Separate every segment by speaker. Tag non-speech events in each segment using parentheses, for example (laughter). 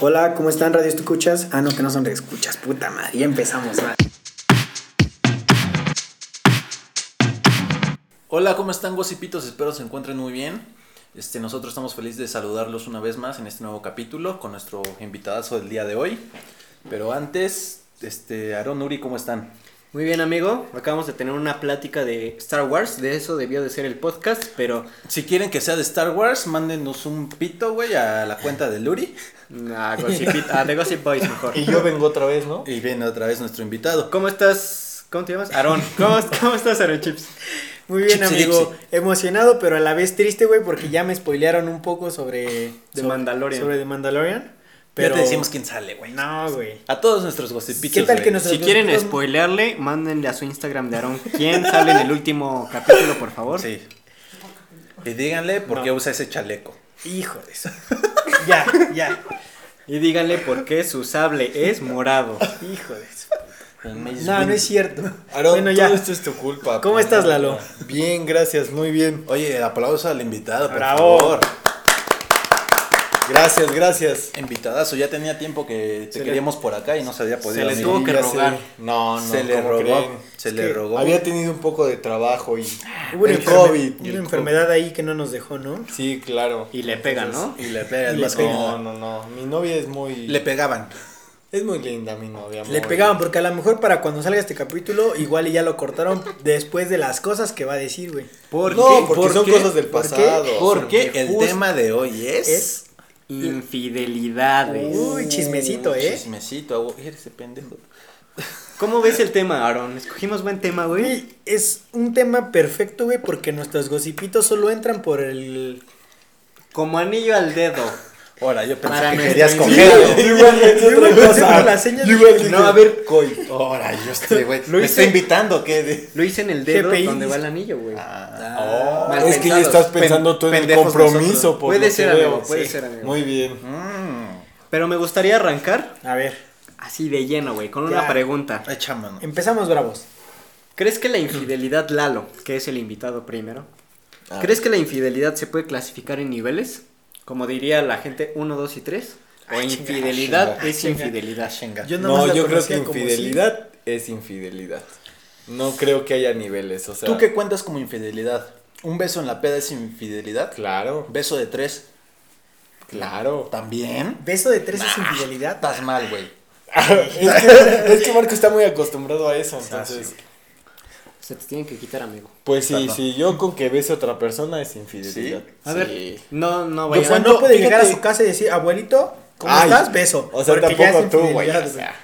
Speaker 1: Hola, ¿cómo están? Radio Escuchas. Ah, no, que no son escuchas, puta madre. Ya empezamos. va.
Speaker 2: Hola, ¿cómo están, gossipitos? Espero se encuentren muy bien. Este, nosotros estamos felices de saludarlos una vez más en este nuevo capítulo con nuestro invitadazo del día de hoy. Pero antes, este, Aaron Uri, ¿cómo están?
Speaker 3: Muy bien, amigo. Acabamos de tener una plática de Star Wars. De eso debió de ser el podcast, pero
Speaker 2: Si quieren que sea de Star Wars, mándenos un pito, güey, a la cuenta de Luri.
Speaker 3: mm, a, Gossip, a The Gossip Boys mejor.
Speaker 4: Y yo vengo otra vez, ¿no?
Speaker 2: Y viene otra vez nuestro invitado.
Speaker 3: ¿Cómo estás? ¿Cómo te llamas? Aarón. ¿Cómo, cómo estás, Aarón Chips?
Speaker 1: Muy bien,
Speaker 2: Chipsy
Speaker 1: amigo.
Speaker 2: Dipsy.
Speaker 1: Emocionado, pero a la vez triste, güey, porque ya me spoilearon un poco sobre. sobre-
Speaker 3: Mandalorian.
Speaker 1: Sobre The Mandalorian.
Speaker 2: Pero...
Speaker 1: Pero
Speaker 2: Ya te decimos quién sale, güey.
Speaker 1: No, güey.
Speaker 2: A todos nuestros gossipitos.
Speaker 1: ¿Qué tal que
Speaker 2: güey.
Speaker 1: nos-
Speaker 3: Si quieren spoilearle, mándenle a su Instagram de Aarón quién sale en el último capítulo, por favor.
Speaker 2: Sí. Y díganle por qué usa ese chaleco.
Speaker 1: Hijo
Speaker 4: (laughs)
Speaker 1: de eso. ya, ya.
Speaker 3: Y díganle por qué su sable es morado.
Speaker 1: Hijo de eso. No,
Speaker 2: No,
Speaker 1: no es cierto.
Speaker 4: Aarón,
Speaker 1: bueno, ya.
Speaker 4: todo esto es tu culpa.
Speaker 1: ¿Cómo
Speaker 4: puta.
Speaker 1: estás, Lalo?
Speaker 4: Bien, gracias, muy bien.
Speaker 2: Oye, aplauso al invitado, por
Speaker 1: Bravo.
Speaker 2: favor.
Speaker 4: Gracias, gracias.
Speaker 2: Invitadazo, ya tenía tiempo que te queríamos por acá y no se había podido.
Speaker 3: se le
Speaker 2: venir.
Speaker 3: tuvo que
Speaker 4: ya
Speaker 3: rogar.
Speaker 4: sé. No, no,
Speaker 2: se le
Speaker 4: ¿cómo
Speaker 2: rogó,
Speaker 4: creen?
Speaker 2: se
Speaker 4: Es
Speaker 2: le
Speaker 4: que
Speaker 2: rogó.
Speaker 4: Había tenido un poco de trabajo y
Speaker 1: Ah, Hubo una
Speaker 4: el
Speaker 1: enferme-
Speaker 4: COVID.
Speaker 1: Una
Speaker 4: El
Speaker 1: enfermedad ahí que no nos dejó, ¿no?
Speaker 4: COVID. Sí, claro.
Speaker 3: Y le pegan, ¿no?
Speaker 2: Y le pegas
Speaker 1: Y le
Speaker 2: más que
Speaker 4: No,
Speaker 2: nada.
Speaker 4: no, no. Mi novia es muy
Speaker 2: Le pegaban.
Speaker 4: es muy linda mi novia.
Speaker 1: Le
Speaker 4: muy-
Speaker 1: pegaban, porque a lo mejor para cuando salga este capítulo, igual y ya lo cortaron después de las cosas que va a decir, güey.
Speaker 3: ¿Por
Speaker 4: No,
Speaker 3: qué?
Speaker 4: porque
Speaker 3: ¿Por
Speaker 4: son
Speaker 3: qué?
Speaker 4: cosas del
Speaker 1: ¿Por qué?
Speaker 4: pasado.
Speaker 2: Porque el
Speaker 1: justo-
Speaker 2: tema de hoy es.
Speaker 1: es-
Speaker 3: Infidelidades.
Speaker 1: Uy, chismecito, ¿eh?
Speaker 2: Chismecito, ah, güey, eres ese pendejo.
Speaker 3: ¿Cómo ves el tema, Aaron? Escogimos buen tema, güey.
Speaker 1: Güey, es un tema perfecto, güey, porque nuestros gocipitos solo entran por el...
Speaker 3: Como anillo al dedo.
Speaker 2: Ahora, yo pensé
Speaker 3: Para
Speaker 2: que
Speaker 3: nuestro
Speaker 2: querías
Speaker 3: invitado.
Speaker 2: cogerlo.
Speaker 1: Yo iba a hacer las señas
Speaker 4: Yo
Speaker 1: de-
Speaker 4: igual dije,
Speaker 3: No, a ver.
Speaker 4: coi.
Speaker 2: Ahora, yo
Speaker 3: (laughs)
Speaker 2: estoy, güey. Me
Speaker 3: Lo
Speaker 2: está
Speaker 3: hice-
Speaker 2: invitando, ¿o ¿qué? De-
Speaker 3: Lo hice en el dedo
Speaker 1: GPI.
Speaker 3: donde va el anillo, güey.
Speaker 2: Ah,
Speaker 3: Mal
Speaker 4: Es que ya
Speaker 3: pensados.
Speaker 4: estás pensando tú en el
Speaker 2: pendejos
Speaker 4: compromiso.
Speaker 2: nosotros.
Speaker 4: Por
Speaker 3: Puede
Speaker 4: lo que
Speaker 3: ser, amigo,
Speaker 4: veo.
Speaker 3: puede ser, amigo.
Speaker 4: Muy bien.
Speaker 2: Mm.
Speaker 3: Pero me gustaría arrancar
Speaker 1: A ver,
Speaker 3: así de lleno, güey,
Speaker 1: Ya.
Speaker 3: con una pregunta.
Speaker 2: Echa mano.
Speaker 1: empezamos bravos.
Speaker 3: ¿Crees que la infidelidad, Lalo, que es el invitado primero,
Speaker 2: Ah.
Speaker 3: ¿crees que la infidelidad se puede clasificar en niveles? Como diría la gente 1, 2 y 3. O infidelidad
Speaker 4: chinga,
Speaker 3: es infidelidad.
Speaker 2: Chinga.
Speaker 1: Yo nada más
Speaker 4: No,
Speaker 1: la
Speaker 4: yo creo que
Speaker 1: conocía como
Speaker 4: infidelidad es infidelidad. No creo que haya niveles, o sea.
Speaker 2: ¿Tú qué cuentas como infidelidad? ¿Un beso en la peda es infidelidad?
Speaker 4: Claro,
Speaker 2: ¿Beso de tres?
Speaker 4: claro.
Speaker 2: ¿También?
Speaker 1: Beso de tres es infidelidad.
Speaker 2: Estás mal, güey.
Speaker 4: (laughs) es,
Speaker 2: (laughs)
Speaker 4: que, es que Marco está muy acostumbrado a
Speaker 2: Ah,
Speaker 4: eso, entonces.
Speaker 3: Se te tienen que quitar, amigo.
Speaker 4: Pues sí,
Speaker 2: Perdón.
Speaker 4: sí, yo con que bese a otra persona es infidelidad.
Speaker 2: ¿Sí?
Speaker 3: A
Speaker 4: Sí.
Speaker 3: ver, no, no,
Speaker 1: O
Speaker 3: vaya.
Speaker 1: sea,
Speaker 4: cuando-
Speaker 1: no puede llegar a
Speaker 4: fíjate-
Speaker 1: su casa y decir, abuelito, ¿cómo
Speaker 4: Ay,
Speaker 1: estás? Beso.
Speaker 4: O sea,
Speaker 1: porque ya es
Speaker 4: tampoco tú, güey.
Speaker 1: infidelidad,
Speaker 4: o sea,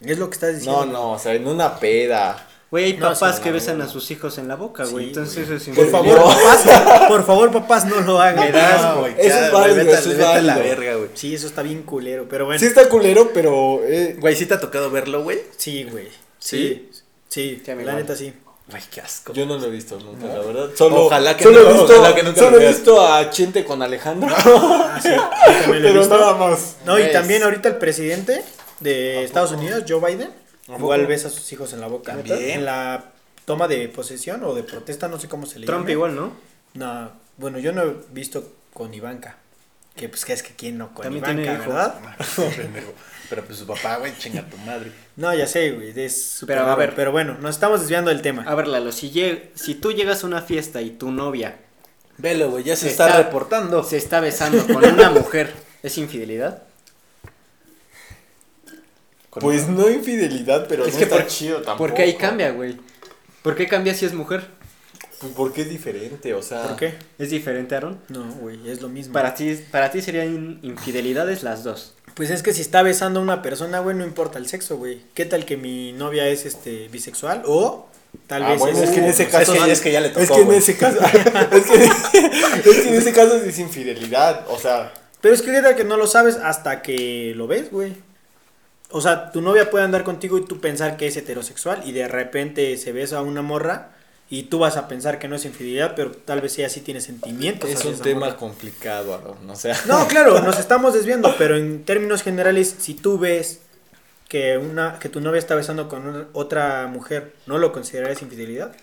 Speaker 1: güey. Es lo que estás diciendo.
Speaker 4: no, no, o sea, en una peda.
Speaker 3: Güey, hay
Speaker 1: No,
Speaker 3: papás
Speaker 1: sí,
Speaker 3: que
Speaker 1: no,
Speaker 3: besan
Speaker 1: no.
Speaker 3: a sus hijos en la boca, güey.
Speaker 1: Sí,
Speaker 3: entonces eso es
Speaker 4: Por
Speaker 3: infidelidad.
Speaker 4: favor,
Speaker 1: Papás, por favor, papás, no lo hagan.
Speaker 2: No, güey,
Speaker 4: eso es
Speaker 2: ya,
Speaker 4: válido,
Speaker 2: güey, vete a-
Speaker 4: eso es
Speaker 2: vete a la
Speaker 4: válido.
Speaker 2: verga, güey.
Speaker 1: Sí, eso está bien culero, pero bueno.
Speaker 4: Sí está culero, pero eh,
Speaker 2: Güey, ¿sí te ha tocado verlo, güey?
Speaker 1: Sí, güey. Sí. Sí,
Speaker 3: Sí, amigo.
Speaker 1: la neta
Speaker 4: (laughs)
Speaker 1: sí.
Speaker 2: Güey, qué asco.
Speaker 4: yo no lo he visto nunca, la verdad. Solo,
Speaker 2: Ojalá que
Speaker 4: solo
Speaker 2: no,
Speaker 4: he visto,
Speaker 2: ojalá que nunca
Speaker 4: solo
Speaker 2: lo
Speaker 4: he
Speaker 2: veas.
Speaker 4: visto a Chente con Alejandro, (laughs)
Speaker 1: Ah, sí, yo también lo he
Speaker 4: pero
Speaker 1: visto.
Speaker 4: nada más.
Speaker 1: No, y
Speaker 3: Pues,
Speaker 2: Ves.
Speaker 1: también ahorita el presidente de Estados Unidos, Joe Biden,
Speaker 4: poco?
Speaker 1: igual besa a sus hijos en la boca.
Speaker 2: ¿También?
Speaker 1: En la toma de posesión o de protesta, no sé cómo se le
Speaker 3: Trump
Speaker 1: llame.
Speaker 3: igual, ¿no?
Speaker 1: No, bueno, yo no he visto con Ivanka. Que pues que es que quién no con
Speaker 3: También
Speaker 1: Ivanka,
Speaker 3: tiene hijos.
Speaker 1: ¿verdad?
Speaker 2: Pendejo. Pero pues su papá, güey, chinga tu madre.
Speaker 1: No, ya sé, güey, es súper
Speaker 3: Pero, a
Speaker 1: raro,
Speaker 3: ver.
Speaker 1: pero bueno, nos estamos desviando del tema.
Speaker 3: A ver, Lalo, si, lleg- si tú llegas a una fiesta y tu novia
Speaker 2: Velo, güey, ya se
Speaker 3: Se
Speaker 2: está,
Speaker 3: está-
Speaker 2: reportando.
Speaker 3: se está besando con una mujer, ¿es infidelidad?
Speaker 4: Pues no infidelidad, pero
Speaker 3: Es
Speaker 4: no
Speaker 3: que
Speaker 4: está
Speaker 3: por-
Speaker 4: chido tampoco.
Speaker 3: Porque ahí cambia, güey. ¿Por qué cambia si es mujer?
Speaker 4: Pues porque es diferente, o sea.
Speaker 1: ¿Por qué?
Speaker 3: ¿Es diferente, Aaron?
Speaker 1: No, güey, es lo mismo.
Speaker 3: Para ti, para ti serían in- infidelidades las dos.
Speaker 1: Pues es que si está besando a una persona, güey, no importa el sexo, güey. ¿Qué tal que mi novia es este bisexual? O tal
Speaker 4: Ah,
Speaker 1: vez
Speaker 4: bueno, es que en ese
Speaker 2: es
Speaker 4: caso.
Speaker 2: que-
Speaker 4: sí-
Speaker 2: es que ya le tocó,
Speaker 4: Es que en
Speaker 2: güey.
Speaker 4: ese (laughs) caso. (laughs) es, que, es que en ese caso sí es infidelidad, o sea.
Speaker 1: Pero es que qué tal que no lo sabes hasta que lo ves, güey. O sea, tu novia puede andar contigo y tú pensar que es heterosexual y de repente se besa a una morra y tú vas a pensar que no es infidelidad, pero tal vez ella sí tiene sentimientos.
Speaker 4: Es
Speaker 1: hacia
Speaker 4: un
Speaker 1: esa
Speaker 4: tema
Speaker 1: morra.
Speaker 4: complicado, Aaron, o sea.
Speaker 1: No, claro, nos estamos desviando, pero en términos generales, si tú ves que una que tu novia está besando con una- otra mujer, ¿no lo considerarías infidelidad?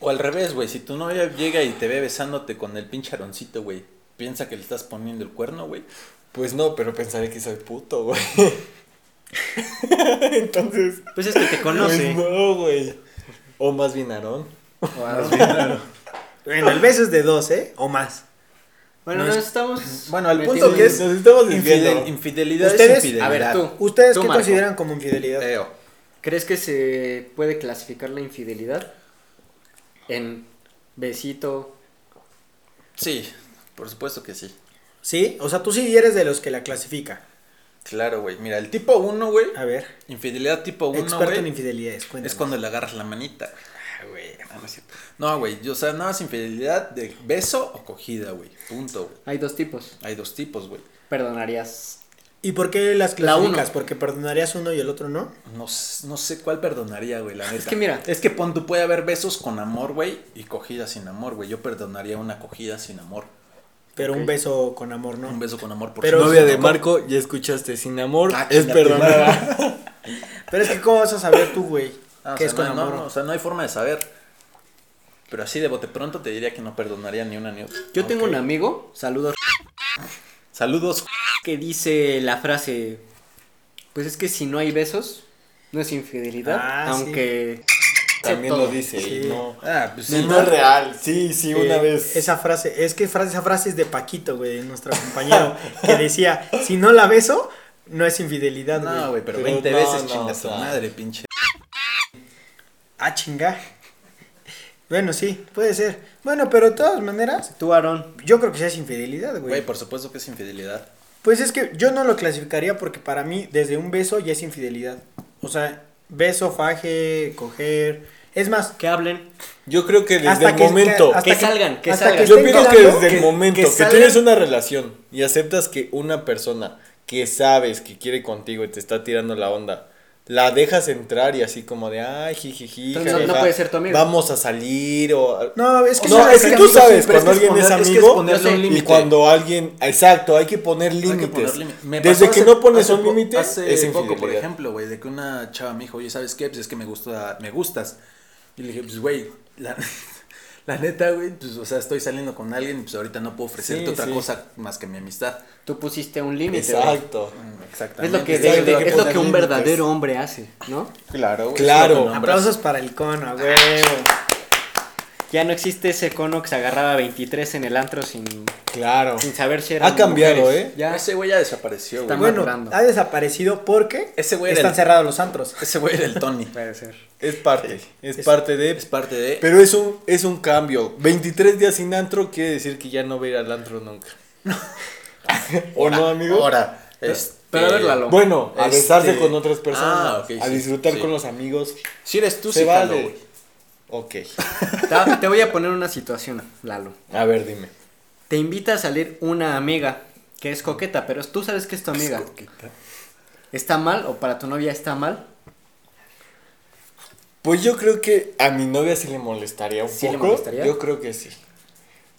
Speaker 2: O al revés, güey, si tu novia llega y te ve besándote con el pinche aroncito, güey, piensa que le estás poniendo el cuerno, güey.
Speaker 4: Pues no, pero pensaré que soy puto,
Speaker 2: (laughs)
Speaker 4: güey. Entonces.
Speaker 3: Pues es que te conoce.
Speaker 4: Pues no, güey. O más bien Aarón.
Speaker 1: Bueno, el beso es de dos, ¿eh? O más.
Speaker 3: Bueno, no estamos.
Speaker 2: Bueno, al
Speaker 1: punto
Speaker 2: punto
Speaker 1: que
Speaker 2: que
Speaker 1: es
Speaker 4: Nos estamos
Speaker 2: Infidel-
Speaker 4: desviando.
Speaker 2: infidelidad
Speaker 1: Ustedes-
Speaker 2: es infidelidad.
Speaker 3: A ver, tú.
Speaker 1: ¿Ustedes
Speaker 3: Tú,
Speaker 1: qué
Speaker 3: Marco.
Speaker 1: consideran como infidelidad?
Speaker 2: Feo.
Speaker 3: ¿Crees que se puede clasificar la infidelidad en besito?
Speaker 2: Sí, por supuesto que sí.
Speaker 1: ¿Sí? O sea, tú sí eres de los que la clasifica.
Speaker 2: Claro, güey. Mira, el tipo 1, güey.
Speaker 1: A ver,
Speaker 2: Infidelidad tipo 1,
Speaker 1: experto en
Speaker 2: güey.
Speaker 1: infidelidades,
Speaker 2: Es
Speaker 1: cuéntanos.
Speaker 2: cuando le agarras la manita. güey. Ah, no es cierto. No, güey. yo- O sea, nada más infidelidad de beso o cogida, güey. Punto, güey.
Speaker 3: Hay dos tipos.
Speaker 2: Hay dos tipos, güey.
Speaker 3: Perdonarías.
Speaker 1: ¿Y por qué las
Speaker 3: La uno.
Speaker 1: clasificas? ¿Porque perdonarías uno y el otro no?
Speaker 2: No, s- no sé cuál perdonaría, güey, la neta.
Speaker 3: que mira.
Speaker 2: Es que pon, tú puede haber besos con amor, güey, y cogida sin amor, güey. Yo perdonaría una cogida sin amor.
Speaker 1: Pero un
Speaker 3: Ok.
Speaker 1: beso con amor no.
Speaker 2: Un beso con amor por
Speaker 1: Pero-
Speaker 2: supuesto.
Speaker 1: Novia de
Speaker 4: Marco, ya escuchaste, sin amor
Speaker 2: Ah, chinga tu
Speaker 4: (laughs)
Speaker 2: madre.
Speaker 1: Pero es que, ¿cómo vas a saber tú, güey?
Speaker 2: Ah, o
Speaker 1: ¿Qué
Speaker 2: sea,
Speaker 1: es con
Speaker 2: no, no,
Speaker 1: amor?
Speaker 2: no, o sea, no hay forma de saber. Pero así de bote pronto te diría que no perdonaría ni una ni otra.
Speaker 3: Yo tengo
Speaker 2: Ok.
Speaker 3: un amigo, saludos,
Speaker 2: Saludos.
Speaker 3: que dice la frase: Pues es que si no hay besos, no es infidelidad.
Speaker 1: Ah, sí.
Speaker 3: aunque.
Speaker 4: También
Speaker 3: Todo.
Speaker 4: lo dice.
Speaker 1: Sí.
Speaker 4: Y no.
Speaker 2: Ah, pues
Speaker 4: Sí, no es real. Sí, sí, una
Speaker 1: Eh,
Speaker 4: vez.
Speaker 1: Esa frase, es que frase, esa frase es de Paquito, güey, nuestro compañero, que decía, si no la beso, no es infidelidad, güey.
Speaker 2: No, güey, pero,
Speaker 4: Pero
Speaker 2: 20
Speaker 4: no,
Speaker 2: veces
Speaker 4: no,
Speaker 2: chinga tu
Speaker 4: o sea.
Speaker 2: madre, pinche.
Speaker 1: Ah, chinga. Bueno, sí, puede ser. Bueno, pero de todas maneras,
Speaker 3: Tú, Aarón,
Speaker 1: yo creo que sí es infidelidad,
Speaker 2: Güey,
Speaker 1: güey.
Speaker 2: por supuesto que es infidelidad.
Speaker 1: Pues es que yo no lo clasificaría porque para mí, desde un beso ya es infidelidad. O sea, beso, faje, coger. Es más,
Speaker 3: que hablen.
Speaker 4: Yo creo que desde
Speaker 1: hasta
Speaker 4: el
Speaker 1: que,
Speaker 4: momento.
Speaker 1: hasta
Speaker 3: Que salgan, que
Speaker 1: hasta
Speaker 3: salgan.
Speaker 4: Yo
Speaker 1: estén
Speaker 4: pienso que
Speaker 1: quedando,
Speaker 4: desde el
Speaker 1: que-
Speaker 4: momento
Speaker 3: que
Speaker 4: que,
Speaker 3: salgan-
Speaker 4: tienes una relación y aceptas que una persona que sabes que quiere contigo y te está tirando la onda, la dejas entrar y así como de, ay, jijiji,
Speaker 3: Entonces, no-
Speaker 4: jajaja,
Speaker 3: no puede ser tu amigo".
Speaker 4: Vamos a salir o...
Speaker 1: No, es que
Speaker 4: No,
Speaker 1: sabes
Speaker 4: es que
Speaker 1: que
Speaker 4: tú
Speaker 1: amigos
Speaker 4: sabes
Speaker 1: siempre-
Speaker 4: cuando alguien es
Speaker 2: poner- es que es
Speaker 4: amigo
Speaker 2: ponerle
Speaker 3: un
Speaker 4: y
Speaker 2: límite.
Speaker 4: cuando alguien... Exacto, hay que poner límites. Desde que no pones un límite es
Speaker 2: es poco, por
Speaker 4: infidelidad.
Speaker 2: ejemplo, güey, de que una chava me dijo, oye, ¿sabes qué? Pues es que me gusta, me gustas. Y le dije, pues, güey, la, (laughs) la neta, güey, pues, o sea, estoy saliendo con alguien, pues ahorita no puedo ofrecerte
Speaker 4: Sí,
Speaker 2: otra
Speaker 4: sí.
Speaker 2: cosa más que mi amistad.
Speaker 3: Tú pusiste un límite. güey.
Speaker 4: Exacto.
Speaker 2: Mm,
Speaker 3: Es
Speaker 2: Exactamente.
Speaker 3: lo que,
Speaker 4: Exacto,
Speaker 3: es lo
Speaker 4: hay
Speaker 3: que-
Speaker 4: que
Speaker 3: es lo
Speaker 4: poner
Speaker 3: que un
Speaker 4: límites.
Speaker 3: verdadero hombre hace, ¿no?
Speaker 2: Claro, güey,
Speaker 4: Claro.
Speaker 2: es lo que nombras.
Speaker 1: Aplausos para el
Speaker 4: Ah,
Speaker 1: cono, güey.
Speaker 3: Ya no existe ese cono que se agarraba 23 en el antro sin,
Speaker 4: Claro.
Speaker 3: sin saber si era.
Speaker 4: Ha cambiado, ¿eh?
Speaker 2: Ya, ese güey ya desapareció,
Speaker 3: Está
Speaker 2: güey.
Speaker 1: Bueno,
Speaker 3: madurando.
Speaker 1: ha desaparecido porque
Speaker 2: Ese güey era
Speaker 1: están
Speaker 2: el-
Speaker 1: cerrados los antros.
Speaker 2: Ese güey era el
Speaker 4: (laughs)
Speaker 2: Tony.
Speaker 3: Puede ser.
Speaker 4: Es parte.
Speaker 1: Es-
Speaker 4: Es parte de...
Speaker 2: Es parte de...
Speaker 4: Pero es un, es un cambio. 23 días sin antro quiere decir que ya no va a ir al antro
Speaker 3: (laughs)
Speaker 4: nunca. ¿O no, amigo?
Speaker 2: Ahora, este-
Speaker 3: Pero a ver, Lalo.
Speaker 4: Bueno, a
Speaker 2: Este-
Speaker 4: besarse con otras personas,
Speaker 2: Ah, ok,
Speaker 4: a
Speaker 2: sí,
Speaker 4: disfrutar
Speaker 2: sí.
Speaker 4: con los amigos.
Speaker 2: Si eres tú,
Speaker 4: Se
Speaker 2: sí, jalo,
Speaker 4: vale.
Speaker 2: güey.
Speaker 3: (laughs) (laughs)
Speaker 4: Ok.
Speaker 3: Te, te voy a poner una situación, Lalo.
Speaker 4: A ver, dime.
Speaker 3: Te invita a salir una amiga que es coqueta, pero tú sabes que es tu amiga. ¿Está mal o para tu novia está mal?
Speaker 4: Pues yo creo que a mi novia sí le molestaría un
Speaker 3: ¿Sí le
Speaker 4: poco.
Speaker 3: molestaría?
Speaker 4: Yo creo que sí.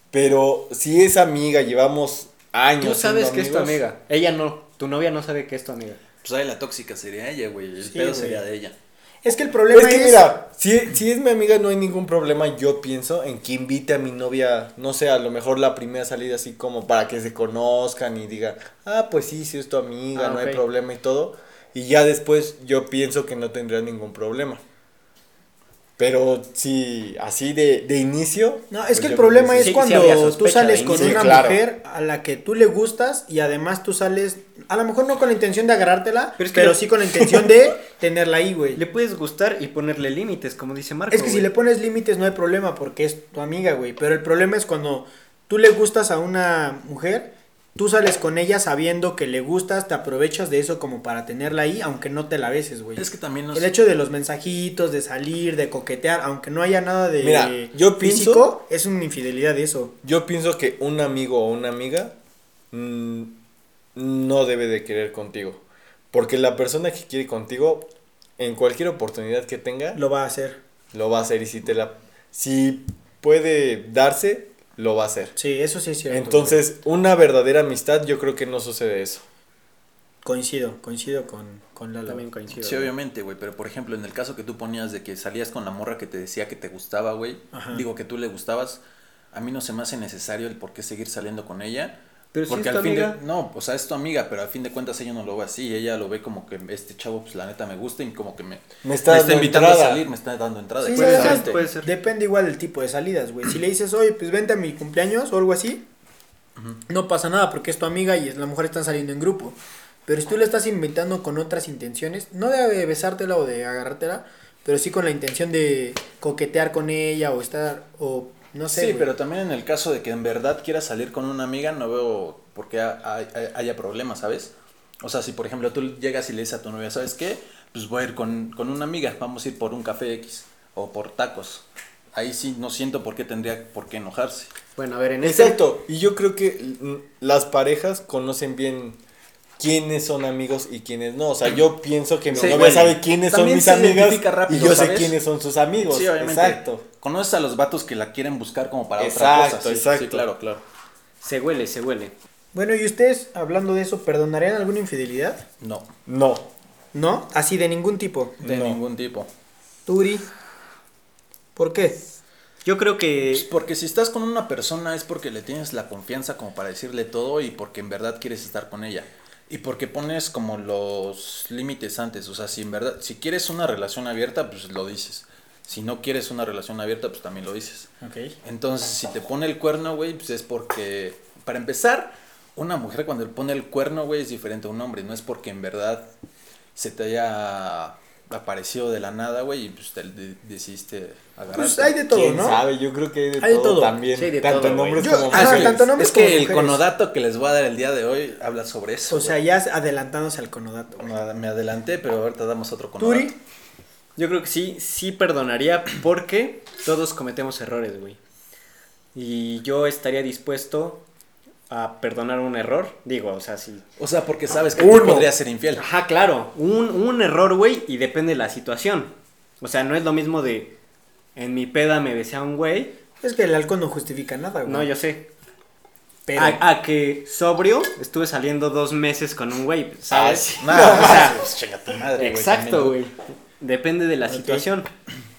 Speaker 4: Pero si es amiga, llevamos años.
Speaker 3: Tú sabes
Speaker 4: siendo
Speaker 3: que es tu
Speaker 4: amigos.
Speaker 3: amiga. Ella no. Tu novia no sabe que es tu amiga.
Speaker 2: Pues ahí la tóxica sería ella, güey. El
Speaker 1: Sí,
Speaker 2: pedo
Speaker 1: güey.
Speaker 2: sería de ella.
Speaker 1: Es que el problema
Speaker 4: es
Speaker 1: es,
Speaker 4: que mira, si, si es mi amiga no hay ningún problema, yo pienso en que invite a mi novia, no sé, a lo mejor la primera salida así como para que se conozcan y diga, ah, pues sí, sí es tu amiga,
Speaker 3: Ah,
Speaker 4: no
Speaker 3: ok.
Speaker 4: hay problema y todo. Y ya después yo pienso que no tendría ningún problema. Pero si así de, de inicio...
Speaker 1: No,
Speaker 4: pues
Speaker 1: es que el
Speaker 4: yo
Speaker 1: problema
Speaker 4: creo
Speaker 1: es
Speaker 3: sí. Sí, sí
Speaker 1: cuando
Speaker 3: había
Speaker 1: tú
Speaker 3: sospecha
Speaker 1: sales
Speaker 3: de
Speaker 1: con
Speaker 4: inicio.
Speaker 1: una
Speaker 4: Sí, claro.
Speaker 1: mujer a la que tú le gustas y además tú sales, a lo mejor no con la intención de agarrártela, pero,
Speaker 3: Pero es que le-
Speaker 1: sí con la intención
Speaker 3: (laughs)
Speaker 1: de tenerla ahí, güey.
Speaker 3: Le puedes gustar y ponerle límites, como dice Marco.
Speaker 1: Es que si
Speaker 3: güey.
Speaker 1: le pones límites no hay problema porque es tu amiga, güey. Pero el problema es cuando tú le gustas a una mujer, tú sales con ella sabiendo que le gustas, te aprovechas de eso como para tenerla ahí, aunque no te la beses, güey.
Speaker 2: Es que también nos...
Speaker 1: El hecho de los mensajitos, de salir, de coquetear, aunque no haya nada de
Speaker 4: Mira, yo
Speaker 1: físico, es una infidelidad eso.
Speaker 4: Yo pienso que un amigo o una amiga mm, no debe de querer contigo. Porque la persona que quiere contigo, en cualquier oportunidad que tenga,
Speaker 1: Lo va a hacer.
Speaker 4: lo va a hacer y si te la si puede darse lo va a hacer
Speaker 1: Sí, eso sí es cierto.
Speaker 4: entonces una verdadera amistad yo creo que no sucede eso
Speaker 1: güey. coincido, coincido con, con Lalo.
Speaker 3: También coincido.
Speaker 2: Sí,
Speaker 3: güey.
Speaker 2: obviamente, güey, pero por ejemplo, en el caso que tú ponías de que salías con la morra que te decía que te gustaba, güey,
Speaker 1: Ajá.
Speaker 2: digo que tú le gustabas, a mí no se me hace necesario el por qué seguir saliendo con ella,
Speaker 3: Pero si
Speaker 2: Porque
Speaker 3: es tu
Speaker 2: al fin
Speaker 3: amiga.
Speaker 2: de... No, o sea, es tu amiga, pero al fin de cuentas ella no lo ve así. Ella lo ve como que este chavo, pues la neta me gusta y como que me,
Speaker 4: Me está dando
Speaker 2: invitando
Speaker 4: entrada.
Speaker 2: a salir, me está dando entrada.
Speaker 1: Sí,
Speaker 3: puede
Speaker 1: ya,
Speaker 2: exactamente.
Speaker 3: ser, puede ser.
Speaker 1: Depende igual del tipo de salidas, güey. Si le dices, oye, pues vente a mi cumpleaños o algo así, no pasa nada porque es tu amiga y es- a lo mejor están saliendo en grupo. Pero si tú le estás invitando con otras intenciones, no de besártela o de agarrártela, pero sí con la intención de coquetear con ella o estar, o no sé.
Speaker 2: Sí,
Speaker 1: güey.
Speaker 2: pero también en el caso de que en verdad quieras salir con una amiga, no veo por qué ha- hay- hay- haya problemas, ¿sabes? O sea, si por ejemplo tú llegas y le dices a tu novia, ¿sabes qué? Pues voy a ir con, con una amiga, vamos a ir por un café X o por tacos. Ahí sí no siento por qué tendría por qué enojarse.
Speaker 3: Bueno, a ver, en este.
Speaker 4: Exacto. Y yo creo que mm, las parejas conocen bien quiénes son amigos y quiénes no. O sea, yo pienso que mi
Speaker 2: Sí,
Speaker 4: novia
Speaker 2: güey.
Speaker 4: sabe quiénes son
Speaker 2: También
Speaker 4: mis
Speaker 2: se
Speaker 4: amigas
Speaker 2: identifica rápido,
Speaker 4: y yo sé
Speaker 2: ¿sabes?
Speaker 4: quiénes son sus amigos.
Speaker 2: Sí, obviamente.
Speaker 4: Exacto.
Speaker 2: Conoces a los vatos que la quieren buscar como para otra
Speaker 4: Exacto,
Speaker 2: cosa. sí,
Speaker 4: exacto.
Speaker 2: Sí, claro, claro.
Speaker 3: este Se huele, se huele.
Speaker 1: Bueno, ¿y ustedes, hablando de eso, perdonarían alguna infidelidad?
Speaker 2: No,
Speaker 4: No.
Speaker 1: ¿No? Así de ningún tipo.
Speaker 2: de
Speaker 4: No.
Speaker 2: ningún tipo.
Speaker 1: Turi. ¿Por qué?
Speaker 3: Yo creo que.
Speaker 2: Pues porque si estás con una persona es porque le tienes la confianza como para decirle todo y porque en verdad quieres estar con ella. Y porque pones como los límites antes. O sea, si en verdad, si quieres una relación abierta, pues lo dices. Si no quieres una relación abierta, pues también lo dices.
Speaker 1: Ok.
Speaker 2: Entonces, si te pone el cuerno, güey, pues es porque, para empezar, una mujer cuando le pone el cuerno, güey, es diferente a un hombre. No es porque en verdad se te haya aparecido de la nada, güey, y pues te de- decidiste agarrarte.
Speaker 1: Pues hay de todo,
Speaker 4: ¿Quién
Speaker 1: ¿no?
Speaker 4: sabe? Yo creo que hay de,
Speaker 1: Hay de
Speaker 4: todo,
Speaker 1: todo.
Speaker 4: también.
Speaker 3: Sí, hay de
Speaker 4: tanto
Speaker 3: todo,
Speaker 4: en
Speaker 3: güey.
Speaker 4: hombres
Speaker 1: Yo-
Speaker 4: como
Speaker 1: ajá,
Speaker 4: mujeres.
Speaker 1: tanto en hombres
Speaker 2: Ah, es que
Speaker 1: como
Speaker 2: el
Speaker 1: mujeres.
Speaker 2: conodato que les voy a dar el día de hoy habla sobre eso.
Speaker 1: O sea, ya adelantándose al conodato.
Speaker 2: güey.
Speaker 1: güey.
Speaker 2: me ad- me adelanté, pero ahorita damos otro conodato.
Speaker 1: Turi.
Speaker 3: Yo creo que sí, sí perdonaría porque todos cometemos errores, güey. Y yo estaría dispuesto a perdonar un error. Digo, o sea, sí.
Speaker 2: O sea, porque sabes que
Speaker 4: Uno.
Speaker 2: tú podrías ser infiel.
Speaker 3: Ajá, claro. Un, un error, güey, y depende de la situación. O sea, no es lo mismo de en mi peda me besé a un güey.
Speaker 1: Es que el alcohol no justifica nada, güey.
Speaker 3: No, yo Ah, sé.
Speaker 1: Pero-
Speaker 3: A, a que sobrio estuve saliendo dos meses con un güey,
Speaker 4: Ah,
Speaker 3: ¿sabes?
Speaker 4: sí.
Speaker 2: Nada, o sea, pues, chinga tu madre, güey,
Speaker 3: Exacto,
Speaker 2: también.
Speaker 3: güey. Depende de la situación.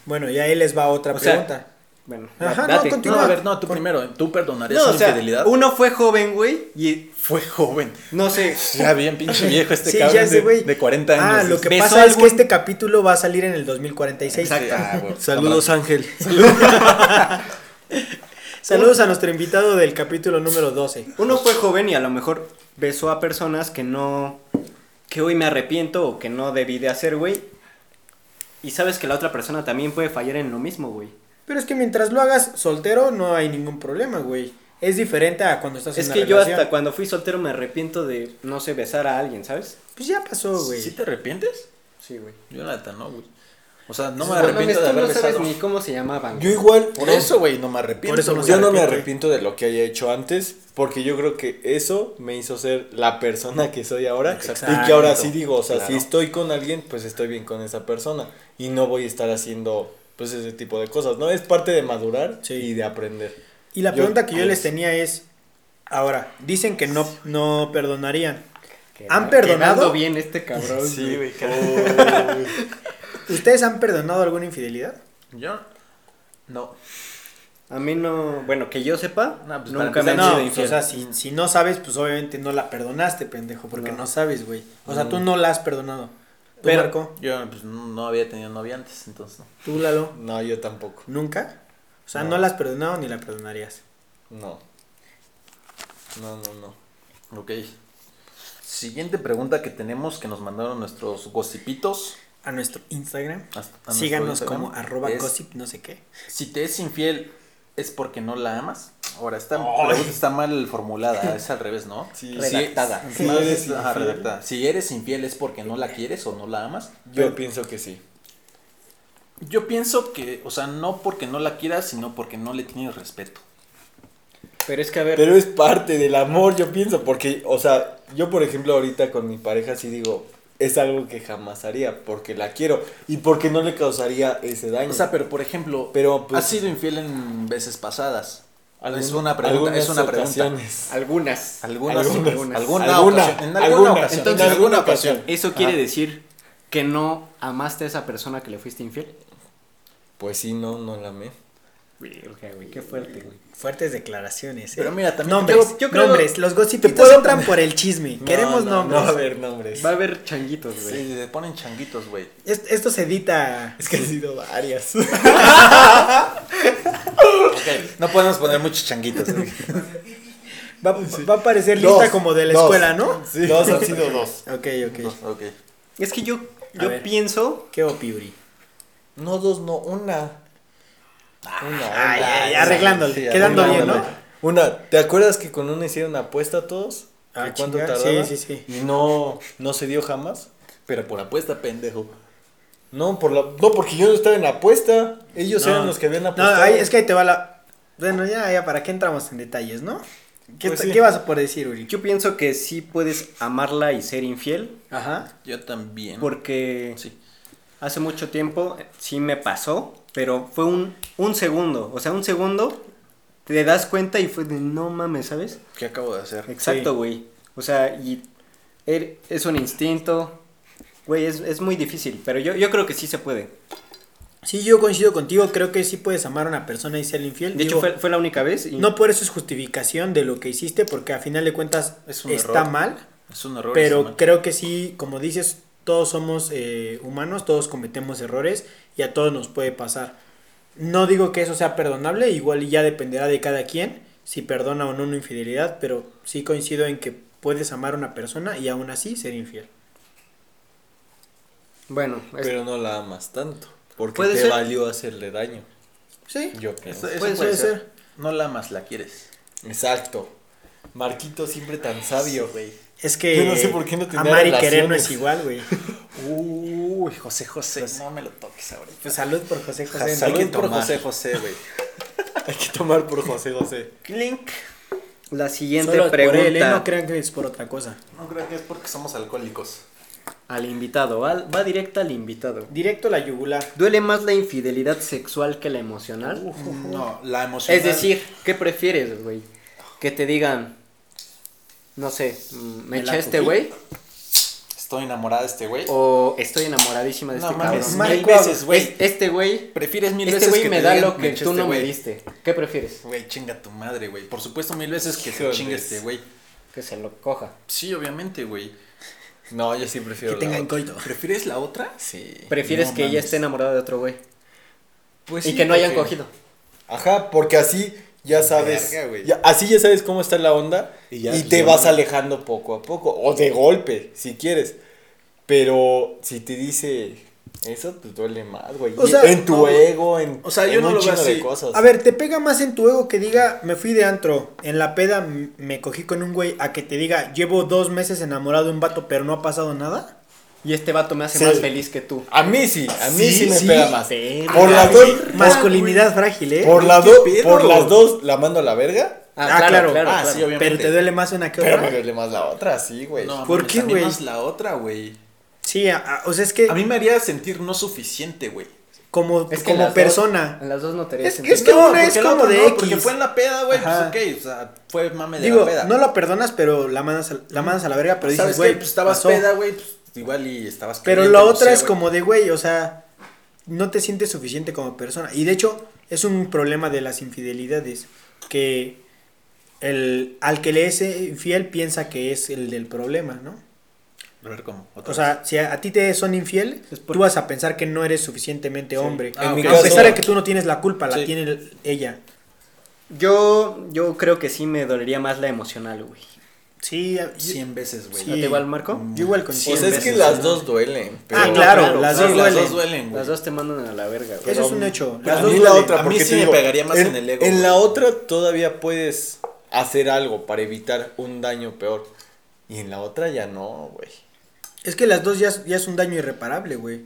Speaker 1: Bueno, y ahí les va otra
Speaker 2: O sea,
Speaker 1: pregunta.
Speaker 3: Bueno,
Speaker 1: Ajá,
Speaker 3: date.
Speaker 1: no,
Speaker 2: No,
Speaker 1: continúa.
Speaker 2: a ver, no, tú primero, tú perdonarías
Speaker 3: No, o
Speaker 2: una
Speaker 3: sea,
Speaker 2: infidelidad.
Speaker 3: uno fue joven, güey, y
Speaker 2: Fue joven.
Speaker 3: no sé.
Speaker 2: Ya bien, pinche viejo este
Speaker 1: (laughs) Sí,
Speaker 2: cabrón
Speaker 1: ya sé,
Speaker 2: de,
Speaker 1: güey.
Speaker 2: de 40 años.
Speaker 1: Ah, lo que
Speaker 3: Besó
Speaker 1: pasa es que
Speaker 3: algún-
Speaker 1: este capítulo va a salir en el 2046.
Speaker 3: Exacto.
Speaker 2: Ah, güey.
Speaker 4: Saludos, Ángel.
Speaker 1: (laughs) Saludos a nuestro invitado del capítulo número 12.
Speaker 3: Uno fue joven y a lo mejor besó a personas que no. que hoy me arrepiento o que no debí de hacer, güey. Y sabes que la otra persona también puede fallar en lo mismo, güey.
Speaker 1: Pero es que mientras lo hagas soltero no hay ningún problema, güey. Es diferente a cuando estás
Speaker 3: Es
Speaker 1: en una
Speaker 3: que yo
Speaker 1: relación.
Speaker 3: hasta cuando fui soltero me arrepiento de, no sé, besar a alguien, ¿sabes?
Speaker 1: Pues ya pasó, güey.
Speaker 2: ¿Sí te arrepientes?
Speaker 3: Sí, güey.
Speaker 2: Yo la neta no, güey. O sea, no me
Speaker 3: Bueno,
Speaker 2: arrepiento
Speaker 3: tú
Speaker 2: de haber
Speaker 3: no sabes
Speaker 2: besado.
Speaker 3: ni cómo se llamaban.
Speaker 4: Yo igual.
Speaker 2: Por
Speaker 4: no.
Speaker 2: eso, güey, no me arrepiento.
Speaker 1: Por eso no
Speaker 2: güey.
Speaker 1: se
Speaker 4: Yo no me
Speaker 1: arrepiente.
Speaker 4: arrepiento de lo que haya hecho antes, porque yo creo que eso me hizo ser la persona que soy ahora.
Speaker 2: Exacto.
Speaker 4: Y que ahora sí digo, o sea,
Speaker 2: Claro.
Speaker 4: si estoy con alguien, pues estoy bien con esa persona. Y no voy a estar haciendo, pues, ese tipo de cosas, ¿no? Es parte de madurar
Speaker 1: Sí.
Speaker 4: y de aprender.
Speaker 1: Y la
Speaker 4: Yo-
Speaker 1: pregunta que yo
Speaker 4: Ay.
Speaker 1: les tenía es, ahora, dicen que no, no perdonarían.
Speaker 3: Que-
Speaker 1: ¿Han perdonado?
Speaker 3: quedando bien este cabrón. güey.
Speaker 1: ¿Ustedes han perdonado alguna infidelidad?
Speaker 2: Yo no.
Speaker 3: A mí no. Bueno, que yo sepa,
Speaker 2: No, pues, para
Speaker 3: nunca
Speaker 2: empezar,
Speaker 3: me han
Speaker 2: no,
Speaker 3: sido
Speaker 2: pues,
Speaker 1: o
Speaker 3: infiel.
Speaker 1: sea, si, si no sabes, pues obviamente no la perdonaste, pendejo, porque no,
Speaker 3: No.
Speaker 1: sabes, güey. O sea, tú no la has perdonado. ¿Tú,
Speaker 3: Pero-
Speaker 1: Marco?
Speaker 2: Yo pues, no no había tenido novia antes, entonces no.
Speaker 1: ¿Tú, Lalo?
Speaker 4: No, yo tampoco.
Speaker 1: ¿Nunca? O sea, no,
Speaker 4: No.
Speaker 1: la has perdonado ni la perdonarías.
Speaker 4: No. No, no, no.
Speaker 2: Ok. Siguiente pregunta que tenemos que nos mandaron nuestros gossipitos.
Speaker 1: A nuestro Instagram.
Speaker 2: a- a nuestro
Speaker 1: Síganos
Speaker 2: Instagram,
Speaker 1: como arroba
Speaker 2: es,
Speaker 1: gossip no sé qué.
Speaker 2: Si te es infiel, ¿es porque no la amas? Ahora, esta pregunta está mal formulada, es al revés, ¿no?
Speaker 4: Sí.
Speaker 2: Si-
Speaker 3: Redactada.
Speaker 2: Si,
Speaker 4: Más
Speaker 2: eres,
Speaker 4: infiel.
Speaker 2: ajá, redactada. Si eres infiel, ¿es porque no la quieres o no la amas?
Speaker 4: Yo pienso que sí.
Speaker 2: Yo pienso que, o sea, no porque no la quieras, sino porque no le tienes respeto.
Speaker 3: Pero es que a ver.
Speaker 4: Pero es parte del amor, yo pienso, porque, o sea, yo por ejemplo ahorita con mi pareja sí digo, es algo que jamás haría, porque la quiero y porque no le causaría ese daño.
Speaker 2: O sea, pero por ejemplo,
Speaker 4: Pero, pues-
Speaker 2: has sido infiel en veces pasadas.
Speaker 4: Algún-
Speaker 2: es una pregunta,
Speaker 4: algunas
Speaker 2: es una pregunta.
Speaker 4: ocasiones.
Speaker 3: Algunas.
Speaker 2: Algunas,
Speaker 4: Algunas.
Speaker 2: alguna,
Speaker 4: Alguna,
Speaker 2: ocasión, en alguna,
Speaker 4: alguna.
Speaker 2: ocasión.
Speaker 4: Entonces,
Speaker 2: en alguna
Speaker 4: alguna
Speaker 2: ocasión.
Speaker 4: ocasión.
Speaker 3: ¿Eso quiere decir que no amaste a esa persona que le fuiste infiel?
Speaker 2: (laughs)
Speaker 4: Pues sí, no, no la amé.
Speaker 3: Verga, güey, qué fuerte, güey.
Speaker 1: Fuertes declaraciones. ¿eh?
Speaker 2: Pero mira, también
Speaker 1: nombres,
Speaker 2: yo-
Speaker 3: yo creo-
Speaker 1: nombres. Los gossipitos
Speaker 3: Te puedo
Speaker 1: entran por el chisme. Queremos
Speaker 4: no,
Speaker 1: nombres.
Speaker 4: No, a ver, nombres.
Speaker 3: Va a haber changuitos, güey.
Speaker 2: Sí, le ponen changuitos, güey.
Speaker 1: Est- Esto se edita.
Speaker 4: Es que han sido
Speaker 2: (laughs)
Speaker 4: varias.
Speaker 2: Ok, no podemos poner muchos changuitos. (laughs) güey.
Speaker 1: Va, va a aparecer
Speaker 4: Dos,
Speaker 1: lista como de la
Speaker 4: dos.
Speaker 1: escuela, ¿no?
Speaker 4: Sí. Dos han sido dos.
Speaker 1: Ok, ok.
Speaker 2: ok.
Speaker 3: Es que yo,
Speaker 1: A ver.
Speaker 3: yo pienso.
Speaker 1: ¿Qué opiuri?
Speaker 4: No dos, no, una. Una,
Speaker 2: Ah,
Speaker 4: una.
Speaker 1: Ay, ay, arreglándole, quedando bien, ¿no?
Speaker 4: arreglándole. Una, ¿te acuerdas que con una hicieron apuesta todos?
Speaker 1: Ah,
Speaker 4: ¿Que ¿Cuánto
Speaker 1: chinga,
Speaker 4: tardaba?
Speaker 1: sí, sí, sí.
Speaker 4: Y no, no se dio jamás.
Speaker 2: Pero por apuesta, pendejo.
Speaker 4: No, por la, no, porque yo no estaba en la apuesta. Ellos
Speaker 1: No.
Speaker 4: eran los que habían
Speaker 2: Pues
Speaker 1: No,
Speaker 4: apostado.
Speaker 1: ahí- es que ahí te va la. Bueno, ya, ya, ¿para qué entramos en detalles, no? ¿Qué,
Speaker 4: Pues
Speaker 1: ta-
Speaker 4: sí.
Speaker 1: qué vas a por decir, Uri?
Speaker 3: Yo pienso que sí puedes amarla y ser infiel.
Speaker 1: Ajá.
Speaker 2: Yo también.
Speaker 3: Porque
Speaker 2: Sí.
Speaker 3: hace mucho tiempo eh, sí me pasó. Pero fue un, un segundo. O sea, un segundo te das cuenta y fue de no mames, ¿sabes?
Speaker 2: ¿Qué acabo de hacer?
Speaker 3: Exacto, güey. O sea, y er- es un instinto. Güey, es, es muy difícil, pero yo, yo creo que sí se puede.
Speaker 1: Sí, yo coincido contigo. Creo que sí puedes amar a una persona y ser infiel.
Speaker 3: De hecho,
Speaker 1: Digo,
Speaker 3: fue, fue la única vez. y-
Speaker 1: No por eso es justificación de lo que hiciste, porque a final de cuentas
Speaker 2: Es un
Speaker 1: está
Speaker 2: error.
Speaker 1: mal.
Speaker 2: Es un error. está
Speaker 1: Pero
Speaker 2: mal.
Speaker 1: creo que sí, como dices, todos somos eh, humanos, todos cometemos errores y a todos nos puede pasar. No digo que eso sea perdonable, igual y ya dependerá de cada quien si perdona o no una infidelidad, pero sí coincido en que puedes amar a una persona y aún así ser infiel.
Speaker 3: Bueno, es-
Speaker 4: Pero no la amas tanto. Porque
Speaker 3: Puede
Speaker 4: te
Speaker 3: ser.
Speaker 4: valió hacerle daño.
Speaker 1: Sí.
Speaker 4: Yo
Speaker 2: Eso,
Speaker 4: pienso.
Speaker 2: eso
Speaker 1: Puede
Speaker 2: puede,
Speaker 1: ser.
Speaker 2: ser. No la amas, la quieres.
Speaker 4: Exacto. Marquito siempre tan sabio, güey.
Speaker 1: Es que
Speaker 4: Yo no sé por qué no tenía
Speaker 1: amar y querer no
Speaker 4: relaciones.
Speaker 1: es igual,
Speaker 4: (laughs)
Speaker 1: güey.
Speaker 2: Uy, José José. Pues No me lo toques ahorita.
Speaker 1: Pues salud por José José. ¿no?
Speaker 2: Salud
Speaker 4: hay que
Speaker 2: por
Speaker 4: tomar.
Speaker 2: José José, (laughs) güey.
Speaker 4: Hay que tomar por José José.
Speaker 2: Clink.
Speaker 3: la siguiente
Speaker 1: Solo por él,
Speaker 3: pregunta
Speaker 1: ¿eh? no crean que es por otra cosa.
Speaker 2: No creo que es porque somos alcohólicos.
Speaker 3: al invitado, al- va directa al invitado.
Speaker 1: Directo a la yugular.
Speaker 3: ¿Duele más la infidelidad sexual que la emocional?
Speaker 2: Uh, No, la emoción.
Speaker 3: es decir, ¿qué prefieres, güey? Que te digan, no sé, mm, me
Speaker 1: Me la
Speaker 3: eché este
Speaker 1: cogí.
Speaker 3: güey
Speaker 2: estoy enamorada de este güey.
Speaker 3: o estoy enamoradísima de
Speaker 2: No
Speaker 3: este
Speaker 2: mames,
Speaker 3: cabrón.
Speaker 2: mil
Speaker 3: Marco,
Speaker 2: veces, güey.
Speaker 3: es- Este güey,
Speaker 2: Prefieres mil
Speaker 3: este
Speaker 2: veces
Speaker 3: güey
Speaker 2: que
Speaker 3: me
Speaker 2: te
Speaker 3: da
Speaker 2: digan,
Speaker 3: lo que
Speaker 2: eché
Speaker 3: tú
Speaker 2: este
Speaker 3: no me
Speaker 2: güey.
Speaker 3: diste. ¿Qué prefieres?
Speaker 2: Güey, chinga tu madre, güey. Por supuesto, mil veces que se
Speaker 4: Híjoles.
Speaker 2: chinga este güey.
Speaker 3: Que se lo coja.
Speaker 2: Sí, obviamente, güey.
Speaker 4: No, yo sí prefiero.
Speaker 1: Que tengan
Speaker 4: la otra.
Speaker 1: coito.
Speaker 2: ¿Prefieres la otra?
Speaker 4: Sí.
Speaker 3: Prefieres
Speaker 2: Eh, No
Speaker 3: que ella
Speaker 2: mames.
Speaker 3: esté enamorada de otro güey
Speaker 4: Pues
Speaker 3: y
Speaker 4: sí,
Speaker 3: que no hayan
Speaker 4: porque-
Speaker 3: cogido.
Speaker 4: Ajá, porque así ya sabes.
Speaker 2: Verga, güey.
Speaker 4: ya- así ya sabes cómo está la onda
Speaker 2: Y
Speaker 4: y,
Speaker 2: ya
Speaker 4: te
Speaker 2: ya
Speaker 4: vas
Speaker 2: no.
Speaker 4: alejando poco a poco. O de golpe, si quieres. Pero si te dice eso, te duele más, güey.
Speaker 1: O
Speaker 4: Y
Speaker 1: sea,
Speaker 4: en tu
Speaker 1: no,
Speaker 4: ego, en,
Speaker 2: o sea, yo
Speaker 4: en
Speaker 2: no
Speaker 4: un
Speaker 2: lo veo
Speaker 4: chingo de
Speaker 2: así.
Speaker 4: cosas.
Speaker 1: A ver, te pega más en tu ego que diga, me fui de antro, en la peda m- me cogí con un güey, a que te diga, llevo dos meses enamorado de un vato, pero no ha pasado nada.
Speaker 3: Y este vato me hace
Speaker 4: Sí.
Speaker 3: más feliz que tú.
Speaker 4: A mí sí, a mí sí,
Speaker 1: Sí,
Speaker 4: me
Speaker 1: sí.
Speaker 4: pega más.
Speaker 3: Verga,
Speaker 4: Por las
Speaker 1: güey.
Speaker 4: dos.
Speaker 1: Masculinidad frágil, ¿eh?
Speaker 4: Por,
Speaker 1: ¿Qué
Speaker 4: las dos,
Speaker 1: pedo?
Speaker 4: por las dos la mando a la verga.
Speaker 1: Ah, claro.
Speaker 2: Ah, sí,
Speaker 3: claro.
Speaker 2: obviamente.
Speaker 1: Pero te duele más una que
Speaker 4: Pero me
Speaker 1: otra.
Speaker 4: duele más la otra, sí, güey.
Speaker 2: No,
Speaker 1: ¿Por
Speaker 2: mames,
Speaker 1: qué,
Speaker 2: a mí
Speaker 1: güey?
Speaker 2: más la otra, güey.
Speaker 1: Sí, a- a- o sea, es que
Speaker 2: A mí me haría sentir no suficiente, güey.
Speaker 1: como,
Speaker 3: Es que en
Speaker 1: como
Speaker 3: las dos-
Speaker 1: persona.
Speaker 3: en las dos no te haría
Speaker 1: Es-
Speaker 3: sentir.
Speaker 1: es que
Speaker 2: No,
Speaker 1: una
Speaker 2: porque
Speaker 1: es
Speaker 2: la
Speaker 1: como
Speaker 2: otra
Speaker 1: de
Speaker 2: no,
Speaker 1: X.
Speaker 2: Porque fue en la peda, güey. Pues
Speaker 1: Ajá.
Speaker 2: ok, o sea, fue mame de la
Speaker 1: Digo,
Speaker 2: peda.
Speaker 1: no la perdonas, pero la mandas a, la mandas a la verga, pero dices,
Speaker 2: ¿Sabes
Speaker 1: güey,
Speaker 2: qué? Pues estabas
Speaker 1: pasó".
Speaker 2: peda, güey. Pues igual y estabas
Speaker 1: Pero
Speaker 2: caliente,
Speaker 1: la
Speaker 2: no
Speaker 1: otra
Speaker 2: sé,
Speaker 1: es
Speaker 2: güey.
Speaker 1: como de, güey, o sea, no te sientes suficiente como persona. Y de hecho, es un problema de las infidelidades, que el, al que le es infiel piensa que es el del problema, ¿no?
Speaker 2: A ver cómo. otra
Speaker 1: O
Speaker 2: vez.
Speaker 1: sea, si a, a ti te son infiel,
Speaker 3: Es por-
Speaker 1: tú vas a pensar que no eres suficientemente hombre.
Speaker 2: Ah,
Speaker 1: a
Speaker 2: En mi
Speaker 4: caso-
Speaker 1: pesar de que tú no tienes la culpa, la
Speaker 2: Sí.
Speaker 1: tiene el- ella.
Speaker 3: Yo, yo creo que sí me dolería más la emocional, güey.
Speaker 1: Sí, a- yo-
Speaker 2: 100 veces, güey.
Speaker 1: sí.
Speaker 3: ¿No te igual, Marco?
Speaker 1: Yo igual con
Speaker 4: O sea, Pues es que
Speaker 2: veces,
Speaker 4: las
Speaker 2: ¿no?
Speaker 4: dos duelen.
Speaker 1: Ah,
Speaker 4: pero-
Speaker 1: claro, las dos
Speaker 2: las
Speaker 1: duelen.
Speaker 2: dos duelen, güey.
Speaker 3: Las dos te mandan a la verga, güey.
Speaker 1: Eso es un hecho.
Speaker 4: Pero
Speaker 1: Las
Speaker 4: a
Speaker 1: dos
Speaker 4: mí la
Speaker 1: duelen.
Speaker 4: otra,
Speaker 2: A mí
Speaker 4: porque
Speaker 2: sí
Speaker 4: te
Speaker 2: me
Speaker 4: digo,
Speaker 2: pegaría más en el ego,
Speaker 4: En
Speaker 2: güey.
Speaker 4: la otra todavía puedes hacer algo para evitar un daño peor. Y en la otra ya no, güey.
Speaker 1: Es que las dos ya, es- ya es un daño irreparable, güey.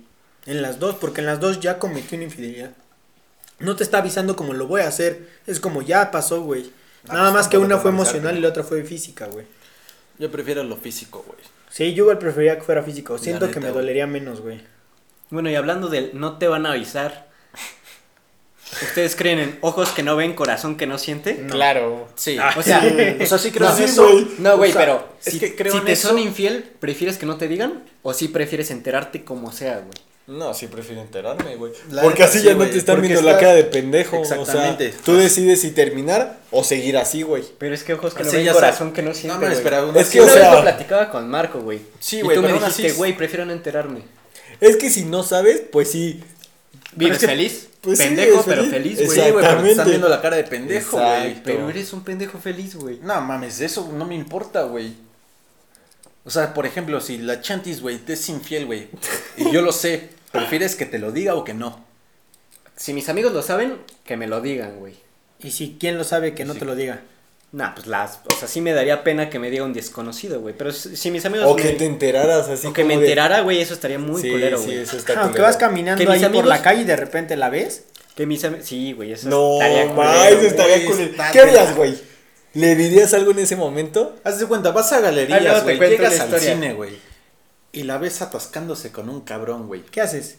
Speaker 1: En las dos, porque en las dos ya cometí una infidelidad. No te está avisando como lo voy a hacer. Es como ya pasó, güey.
Speaker 2: Ah,
Speaker 1: Nada
Speaker 2: pues,
Speaker 1: más que
Speaker 2: tampoco
Speaker 1: una
Speaker 2: te
Speaker 1: fue
Speaker 2: va a avisar,
Speaker 1: emocional
Speaker 2: ¿no?
Speaker 1: y la otra fue física, güey.
Speaker 2: Yo prefiero lo físico, güey.
Speaker 1: Sí, yo igual preferiría que fuera físico. Siento
Speaker 2: neta,
Speaker 1: que me
Speaker 2: güey.
Speaker 1: dolería menos, güey.
Speaker 3: Bueno, y hablando del no te van a avisar. ¿Ustedes creen en ojos que no ven, corazón que no siente?
Speaker 4: Claro.
Speaker 2: Sí.
Speaker 3: O sea,
Speaker 2: o sea, sí creo
Speaker 3: no,
Speaker 2: en
Speaker 3: sí,
Speaker 2: eso.
Speaker 4: güey.
Speaker 3: no, güey,
Speaker 2: O sea,
Speaker 3: pero
Speaker 2: es
Speaker 3: si,
Speaker 2: que creo
Speaker 3: si
Speaker 2: en
Speaker 3: te
Speaker 2: eso.
Speaker 3: son infiel, ¿prefieres que no te digan? ¿O si prefieres enterarte como sea, güey?
Speaker 4: No, sí prefiero enterarme, güey.
Speaker 2: La
Speaker 4: Porque
Speaker 2: neta,
Speaker 4: así
Speaker 2: sí,
Speaker 4: ya no
Speaker 2: güey,
Speaker 4: te están
Speaker 2: porque
Speaker 4: viendo la
Speaker 2: está-
Speaker 4: cara de pendejo.
Speaker 2: Exactamente.
Speaker 4: O sea, tú decides si terminar o seguir así, güey.
Speaker 3: Pero es que ojos que no
Speaker 2: Sí,
Speaker 3: ven,
Speaker 2: ya
Speaker 3: corazón
Speaker 2: sabes.
Speaker 3: que no
Speaker 2: No,
Speaker 3: siente,
Speaker 2: hombre,
Speaker 3: güey.
Speaker 2: espera,
Speaker 4: Es
Speaker 3: Es
Speaker 4: que,
Speaker 3: que
Speaker 4: o
Speaker 3: una vez
Speaker 4: sea-
Speaker 3: lo platicaba con Marco, güey.
Speaker 2: Sí,
Speaker 3: Y
Speaker 2: güey,
Speaker 3: tú me
Speaker 2: pero aún así
Speaker 3: dijiste,
Speaker 2: es-
Speaker 3: güey, prefiero no Pues enterarme.
Speaker 4: Es que si no sabes, pues sí.
Speaker 3: ¿Vives
Speaker 4: es que-
Speaker 3: feliz?
Speaker 4: pues sí,
Speaker 3: pendejo,
Speaker 4: es
Speaker 3: pero
Speaker 4: feliz.
Speaker 3: feliz,
Speaker 2: Sí, güey, pero
Speaker 3: güey.
Speaker 2: te están
Speaker 4: Exactamente.
Speaker 2: viendo la cara de pendejo, güey.
Speaker 4: Exacto.
Speaker 3: Pero eres un pendejo feliz, güey.
Speaker 2: No mames, eso no me importa, güey. O sea, por ejemplo, si la Chantis, güey, te es infiel, güey, y yo lo sé, ¿prefieres que te lo diga o que no?
Speaker 3: Si mis amigos lo saben, que me lo digan, güey.
Speaker 1: Y si quién lo sabe que no
Speaker 2: Sí.
Speaker 1: te lo diga.
Speaker 3: Nah, pues las. O sea, sí me daría pena que me diga un desconocido, güey. Pero si si mis amigos.
Speaker 4: O
Speaker 3: me-
Speaker 4: que te enteraras así.
Speaker 3: o que me
Speaker 4: como de-
Speaker 3: enterara, güey, eso estaría muy
Speaker 4: Sí,
Speaker 3: culero,
Speaker 4: sí,
Speaker 3: güey.
Speaker 4: eso está
Speaker 1: Aunque
Speaker 4: culero.
Speaker 1: Ah, vas caminando
Speaker 3: Que
Speaker 1: ahí
Speaker 3: mis
Speaker 1: por
Speaker 3: amigos-
Speaker 1: la calle y de repente la ves.
Speaker 3: Que mis amigos. Sí, güey, eso
Speaker 4: No,
Speaker 3: pues, estaría culero.
Speaker 4: ma, eso
Speaker 3: güey.
Speaker 4: estaría
Speaker 2: güey,
Speaker 4: culero.
Speaker 2: está
Speaker 4: ¿Qué harías,
Speaker 2: culero.
Speaker 4: güey? ¿Le dirías algo en ese momento?
Speaker 2: Haz de cuenta, vas a
Speaker 3: Ah, luego
Speaker 2: galerías,
Speaker 3: te
Speaker 2: güey,
Speaker 3: cuento
Speaker 2: llegas
Speaker 3: una
Speaker 2: al
Speaker 3: historia.
Speaker 2: cine, güey, y la ves atascándose con un cabrón, güey.
Speaker 1: ¿Qué haces?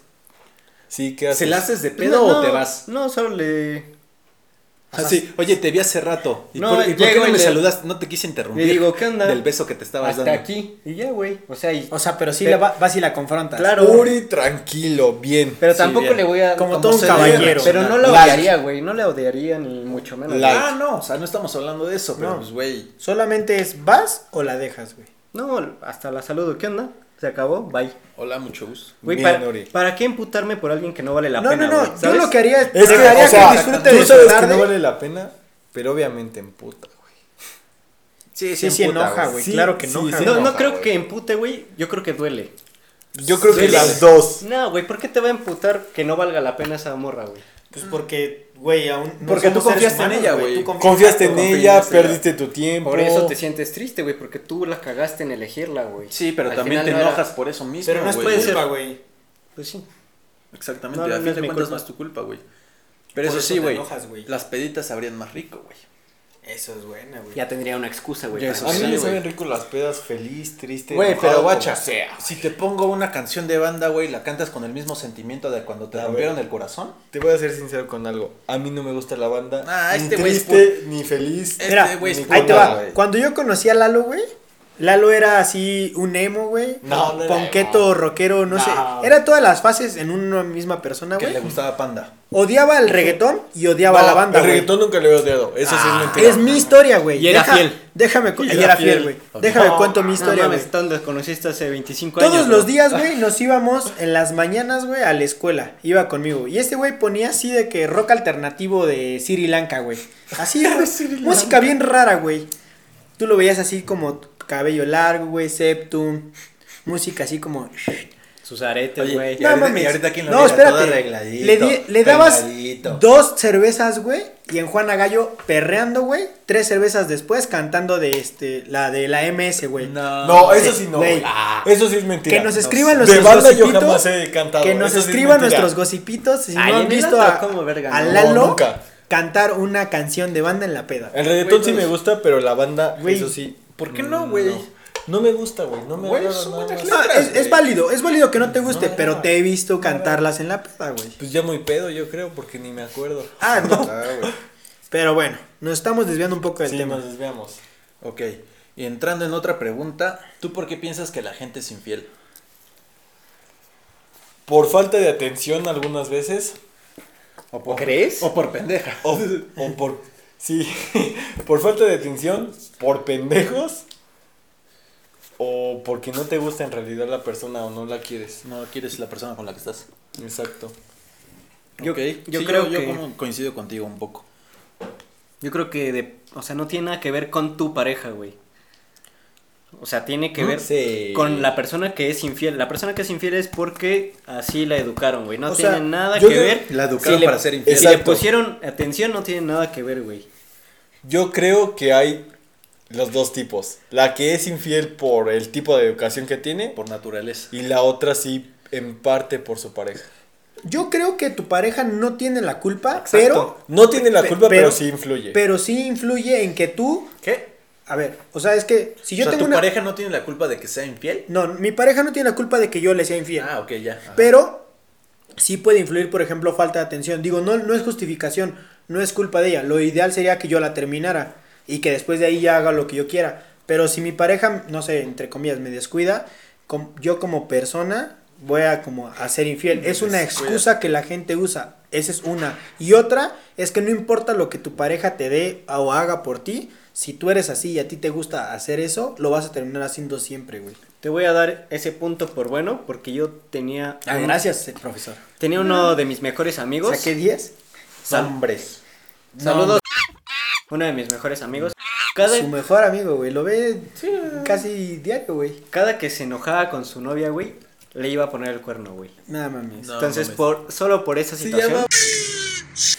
Speaker 4: Sí, ¿qué haces?
Speaker 2: ¿Se la haces de pedo
Speaker 3: No,
Speaker 2: o te
Speaker 3: no,
Speaker 2: vas?
Speaker 3: No, solo le.
Speaker 2: Así, Ah, oye, te vi hace rato. ¿Y
Speaker 3: No,
Speaker 2: por, y por qué
Speaker 3: llego
Speaker 2: no
Speaker 3: y
Speaker 2: me
Speaker 3: le-
Speaker 2: saludaste? No te quise interrumpir.
Speaker 3: Le digo, ¿qué onda?
Speaker 2: Del beso que te estabas
Speaker 3: Hasta
Speaker 2: dando.
Speaker 3: aquí. Y ya, güey. O sea, y.
Speaker 1: O sea, pero sí
Speaker 3: Te-
Speaker 1: la va- vas y la confrontas.
Speaker 3: Claro.
Speaker 4: Uri, tranquilo, bien.
Speaker 3: Pero
Speaker 2: Sí,
Speaker 3: tampoco
Speaker 2: bien.
Speaker 3: le voy a.
Speaker 1: Como todo un
Speaker 3: se
Speaker 1: caballero.
Speaker 3: debe, Pero no la
Speaker 4: Like.
Speaker 3: odiaría, güey. No la odiaría ni mucho menos.
Speaker 4: Like.
Speaker 2: Ah, no, o sea, no estamos hablando de eso, pero
Speaker 1: No.
Speaker 2: pues, güey.
Speaker 1: Solamente es vas o la dejas, güey.
Speaker 3: No, hasta la saludo. ¿Qué onda? Se acabó, bye.
Speaker 2: Hola, mucho gusto.
Speaker 3: Güey,
Speaker 4: Bien,
Speaker 3: pa-
Speaker 4: Ori.
Speaker 3: ¿para qué emputarme por alguien que no vale la
Speaker 1: No,
Speaker 3: pena?
Speaker 1: no, no.
Speaker 3: güey?
Speaker 1: Yo
Speaker 3: ¿Sabes?
Speaker 1: lo que haría
Speaker 4: Es que,
Speaker 1: dejaría
Speaker 4: o sea,
Speaker 1: disfrute
Speaker 4: tú
Speaker 1: de su
Speaker 4: sabes que
Speaker 1: tarde.
Speaker 4: no vale la pena, pero obviamente emputa, güey.
Speaker 1: Sí, sí
Speaker 2: emputa,
Speaker 1: enoja, güey.
Speaker 4: Sí,
Speaker 1: claro que
Speaker 4: sí,
Speaker 1: enoja.
Speaker 4: sí.
Speaker 3: No, no
Speaker 4: enoja,
Speaker 3: creo
Speaker 4: güey.
Speaker 3: que empute, güey. Yo creo que duele.
Speaker 4: Yo creo que
Speaker 2: Duele.
Speaker 4: las dos.
Speaker 3: No, güey, ¿por qué te va a emputar que no valga la pena esa morra, güey?
Speaker 1: Pues porque, güey, aún. no
Speaker 2: Porque tú
Speaker 1: somos seres
Speaker 2: confiaste en
Speaker 1: humanos,
Speaker 2: ella, güey.
Speaker 1: Tú confiaste-
Speaker 4: Confiaste en
Speaker 2: Confía en
Speaker 4: ella,
Speaker 2: ella.
Speaker 4: perdiste tu tiempo.
Speaker 3: Por eso te sientes triste, güey, porque tú la cagaste en elegirla, güey.
Speaker 2: Sí, pero
Speaker 3: Al
Speaker 2: también
Speaker 3: final
Speaker 2: te
Speaker 3: no era-
Speaker 2: enojas por eso mismo.
Speaker 1: Pero no es
Speaker 2: güey.
Speaker 1: tu culpa, güey.
Speaker 3: Pues sí.
Speaker 2: Exactamente,
Speaker 3: No, no,
Speaker 2: a
Speaker 3: no
Speaker 2: fin
Speaker 3: es
Speaker 2: de
Speaker 3: mi
Speaker 2: cuentas
Speaker 3: culpa.
Speaker 2: no es tu culpa, güey. Pero
Speaker 1: Por
Speaker 2: eso,
Speaker 1: eso
Speaker 2: sí,
Speaker 1: te
Speaker 2: güey.
Speaker 1: enojas, güey.
Speaker 2: Las peditas sabrían más rico, güey.
Speaker 1: Eso es buena, güey.
Speaker 3: Ya tendría una excusa, güey.
Speaker 2: Ya,
Speaker 3: para
Speaker 2: eso
Speaker 4: A
Speaker 3: que-
Speaker 4: mí
Speaker 2: sí,
Speaker 4: me
Speaker 2: güey.
Speaker 4: saben rico las pedas, feliz, triste.
Speaker 2: Güey,
Speaker 4: enojado,
Speaker 2: pero
Speaker 4: como
Speaker 2: guacha,
Speaker 4: sea.
Speaker 2: si te pongo una canción de banda, güey, la cantas con el mismo sentimiento de cuando te
Speaker 4: A
Speaker 2: rompieron
Speaker 4: ver.
Speaker 2: el corazón.
Speaker 4: Te voy a ser sincero con algo. A mí no me gusta la banda.
Speaker 2: Ah,
Speaker 4: ni
Speaker 2: este güey es
Speaker 4: triste, ni feliz.
Speaker 2: Este
Speaker 1: Mira,
Speaker 2: güey es
Speaker 1: ahí te va.
Speaker 4: puta, güey.
Speaker 1: Cuando yo conocí a Lalo, güey, Lalo era así un emo, güey.
Speaker 4: No, no era
Speaker 1: Ponqueto,
Speaker 4: emo.
Speaker 1: rockero, no,
Speaker 4: No.
Speaker 1: sé. Era todas las fases en una misma persona,
Speaker 2: Que le
Speaker 1: güey.
Speaker 2: gustaba Panda.
Speaker 1: Odiaba el reggaetón y odiaba
Speaker 4: No,
Speaker 1: la banda,
Speaker 4: El
Speaker 1: güey.
Speaker 4: reggaetón nunca lo he odiado. Eso sí
Speaker 2: Ah,
Speaker 4: es mentira.
Speaker 1: Es mi historia, güey.
Speaker 3: Y era
Speaker 1: Deja-
Speaker 3: fiel.
Speaker 1: Déjame, cu-
Speaker 4: Y
Speaker 1: y
Speaker 4: era
Speaker 1: era fiel,
Speaker 4: fiel.
Speaker 1: güey.
Speaker 2: Ok.
Speaker 1: Déjame
Speaker 2: No,
Speaker 1: cuento mi historia,
Speaker 3: no
Speaker 1: güey.
Speaker 3: mames, tan desconociste hace 25 años.
Speaker 1: Todos los
Speaker 3: bro.
Speaker 1: días,
Speaker 3: (laughs)
Speaker 1: güey, nos íbamos en las mañanas, güey, a la escuela. Iba conmigo. Y este güey ponía así de que rock alternativo de Sri Lanka, güey.
Speaker 3: (laughs)
Speaker 1: Así, güey, música bien rara, güey. Tú lo veías así como cabello largo, güey, septum. Música así como.
Speaker 3: Sus aretes,
Speaker 2: Oye,
Speaker 3: güey.
Speaker 2: Y ya- ahorita- y ahorita quién lo
Speaker 1: no,
Speaker 2: mira,
Speaker 1: espérate.
Speaker 2: todo arregladito,
Speaker 1: le, di- le dabas
Speaker 2: peinadito.
Speaker 1: dos cervezas, güey. Y en Juana Gallo perreando, güey. Tres cervezas después cantando de este, la de la MS, güey.
Speaker 4: No, eso sí no.
Speaker 1: Güey.
Speaker 4: Ah, güey. Ah. Eso sí es mentira.
Speaker 1: Que nos escriban
Speaker 4: no,
Speaker 1: los
Speaker 4: De banda yo
Speaker 1: gocipitos,
Speaker 4: jamás he cantado.
Speaker 1: Que nos
Speaker 4: Eso sí es
Speaker 1: escriban
Speaker 4: mentira.
Speaker 1: nuestros gocipitos si
Speaker 3: Ay,
Speaker 1: no han
Speaker 3: en el
Speaker 1: visto
Speaker 3: otro,
Speaker 1: a,
Speaker 3: ¿cómo, verga,
Speaker 1: a
Speaker 3: no?
Speaker 1: Lalo
Speaker 4: No, nunca.
Speaker 1: cantar una canción de banda en la peda.
Speaker 4: El reggaetón
Speaker 2: Güey,
Speaker 4: sí me
Speaker 2: todos-
Speaker 4: gusta, pero la banda,
Speaker 1: Güey,
Speaker 4: eso sí. mm,
Speaker 2: ¿por qué no, güey?
Speaker 4: No, No me gusta, güey. No me
Speaker 2: Güey,
Speaker 4: agrada
Speaker 2: son
Speaker 4: nada
Speaker 2: buenas
Speaker 4: más.
Speaker 1: No, es, es válido, es válido que no te guste,
Speaker 4: No,
Speaker 1: pero
Speaker 4: no.
Speaker 1: te he visto cantarlas en la peda, güey.
Speaker 4: Pues ya muy pedo, yo creo, porque ni me acuerdo.
Speaker 1: Ah, no.
Speaker 4: güey.
Speaker 1: Pero bueno, nos estamos desviando un poco del
Speaker 4: Sí,
Speaker 1: tema.
Speaker 4: nos desviamos.
Speaker 2: Ok. Y entrando en otra pregunta, ¿tú por qué piensas que la gente es infiel?
Speaker 4: Por falta de atención algunas veces.
Speaker 2: ¿O
Speaker 3: ¿Crees?
Speaker 2: O por pendeja.
Speaker 4: O, o por. Sí. (laughs) Por falta de atención. Por pendejos. O porque no te gusta en realidad la persona o no la quieres.
Speaker 2: No quieres la persona con la que estás.
Speaker 4: Exacto.
Speaker 3: Yo-
Speaker 2: Ok.
Speaker 3: yo
Speaker 2: Sí,
Speaker 3: creo
Speaker 2: yo
Speaker 3: que-
Speaker 2: como coincido contigo un poco.
Speaker 3: Yo creo que, de, o sea, no tiene nada que ver con tu pareja, güey. O sea, tiene que ver
Speaker 4: Sí.
Speaker 3: con la persona que es infiel. La persona que es infiel es porque así la educaron, güey. No
Speaker 1: O
Speaker 3: tiene
Speaker 1: sea,
Speaker 3: nada que
Speaker 4: yo creo-
Speaker 3: ver.
Speaker 2: La educaron
Speaker 3: Si le-
Speaker 2: para ser
Speaker 3: Si
Speaker 2: infiel.
Speaker 3: le
Speaker 4: Exacto.
Speaker 3: pusieron atención, no tiene nada que ver, güey.
Speaker 4: Yo creo que hay los dos tipos. La que es infiel por el tipo de educación que tiene.
Speaker 2: Por naturaleza.
Speaker 4: Y la otra sí, en parte por su pareja.
Speaker 1: Yo creo que tu pareja no tiene la culpa,
Speaker 4: Exacto.
Speaker 1: pero
Speaker 4: No tiene la
Speaker 1: pe-
Speaker 4: culpa, pero,
Speaker 1: pero-
Speaker 4: sí influye.
Speaker 1: pero sí influye en que tú,
Speaker 2: ¿Qué?
Speaker 1: a ver, o sea, es que si yo
Speaker 2: o sea,
Speaker 1: tengo
Speaker 2: ¿tu
Speaker 1: una
Speaker 2: pareja no tiene la culpa de que sea infiel?
Speaker 1: no, mi pareja no tiene la culpa de que yo le sea infiel.
Speaker 2: Ah, ok, ya. Ajá.
Speaker 1: Pero sí puede influir, por ejemplo, falta de atención. Digo, no, no es justificación, no es culpa de ella. Lo ideal sería que yo la terminara y que después de ahí ya haga lo que yo quiera. Pero si mi pareja, no sé, entre comillas, me descuida, com- yo como persona voy a como a ser infiel. Es una excusa que la gente usa. Esa es una. Y otra es que no importa lo que tu pareja te dé o haga por ti, si tú eres así y a ti te gusta hacer eso, lo vas a terminar haciendo siempre, güey.
Speaker 3: Te voy a dar ese punto por bueno porque yo tenía.
Speaker 1: Ah,
Speaker 3: un-
Speaker 1: gracias, eh, profesor.
Speaker 3: Tenía uno de mis mejores amigos.
Speaker 1: ¿Saqué 10?
Speaker 4: Hombres.
Speaker 3: Saludos. Uno de mis mejores amigos. Cada,
Speaker 1: Su mejor amigo, güey. Lo ve casi diario, güey.
Speaker 3: cada que se enojaba con su novia, güey, le iba a poner el cuerno, güey.
Speaker 1: Nada mames.
Speaker 2: No,
Speaker 3: Entonces,
Speaker 2: mames.
Speaker 3: por, solo por esa
Speaker 4: Se
Speaker 3: situación,
Speaker 4: llama.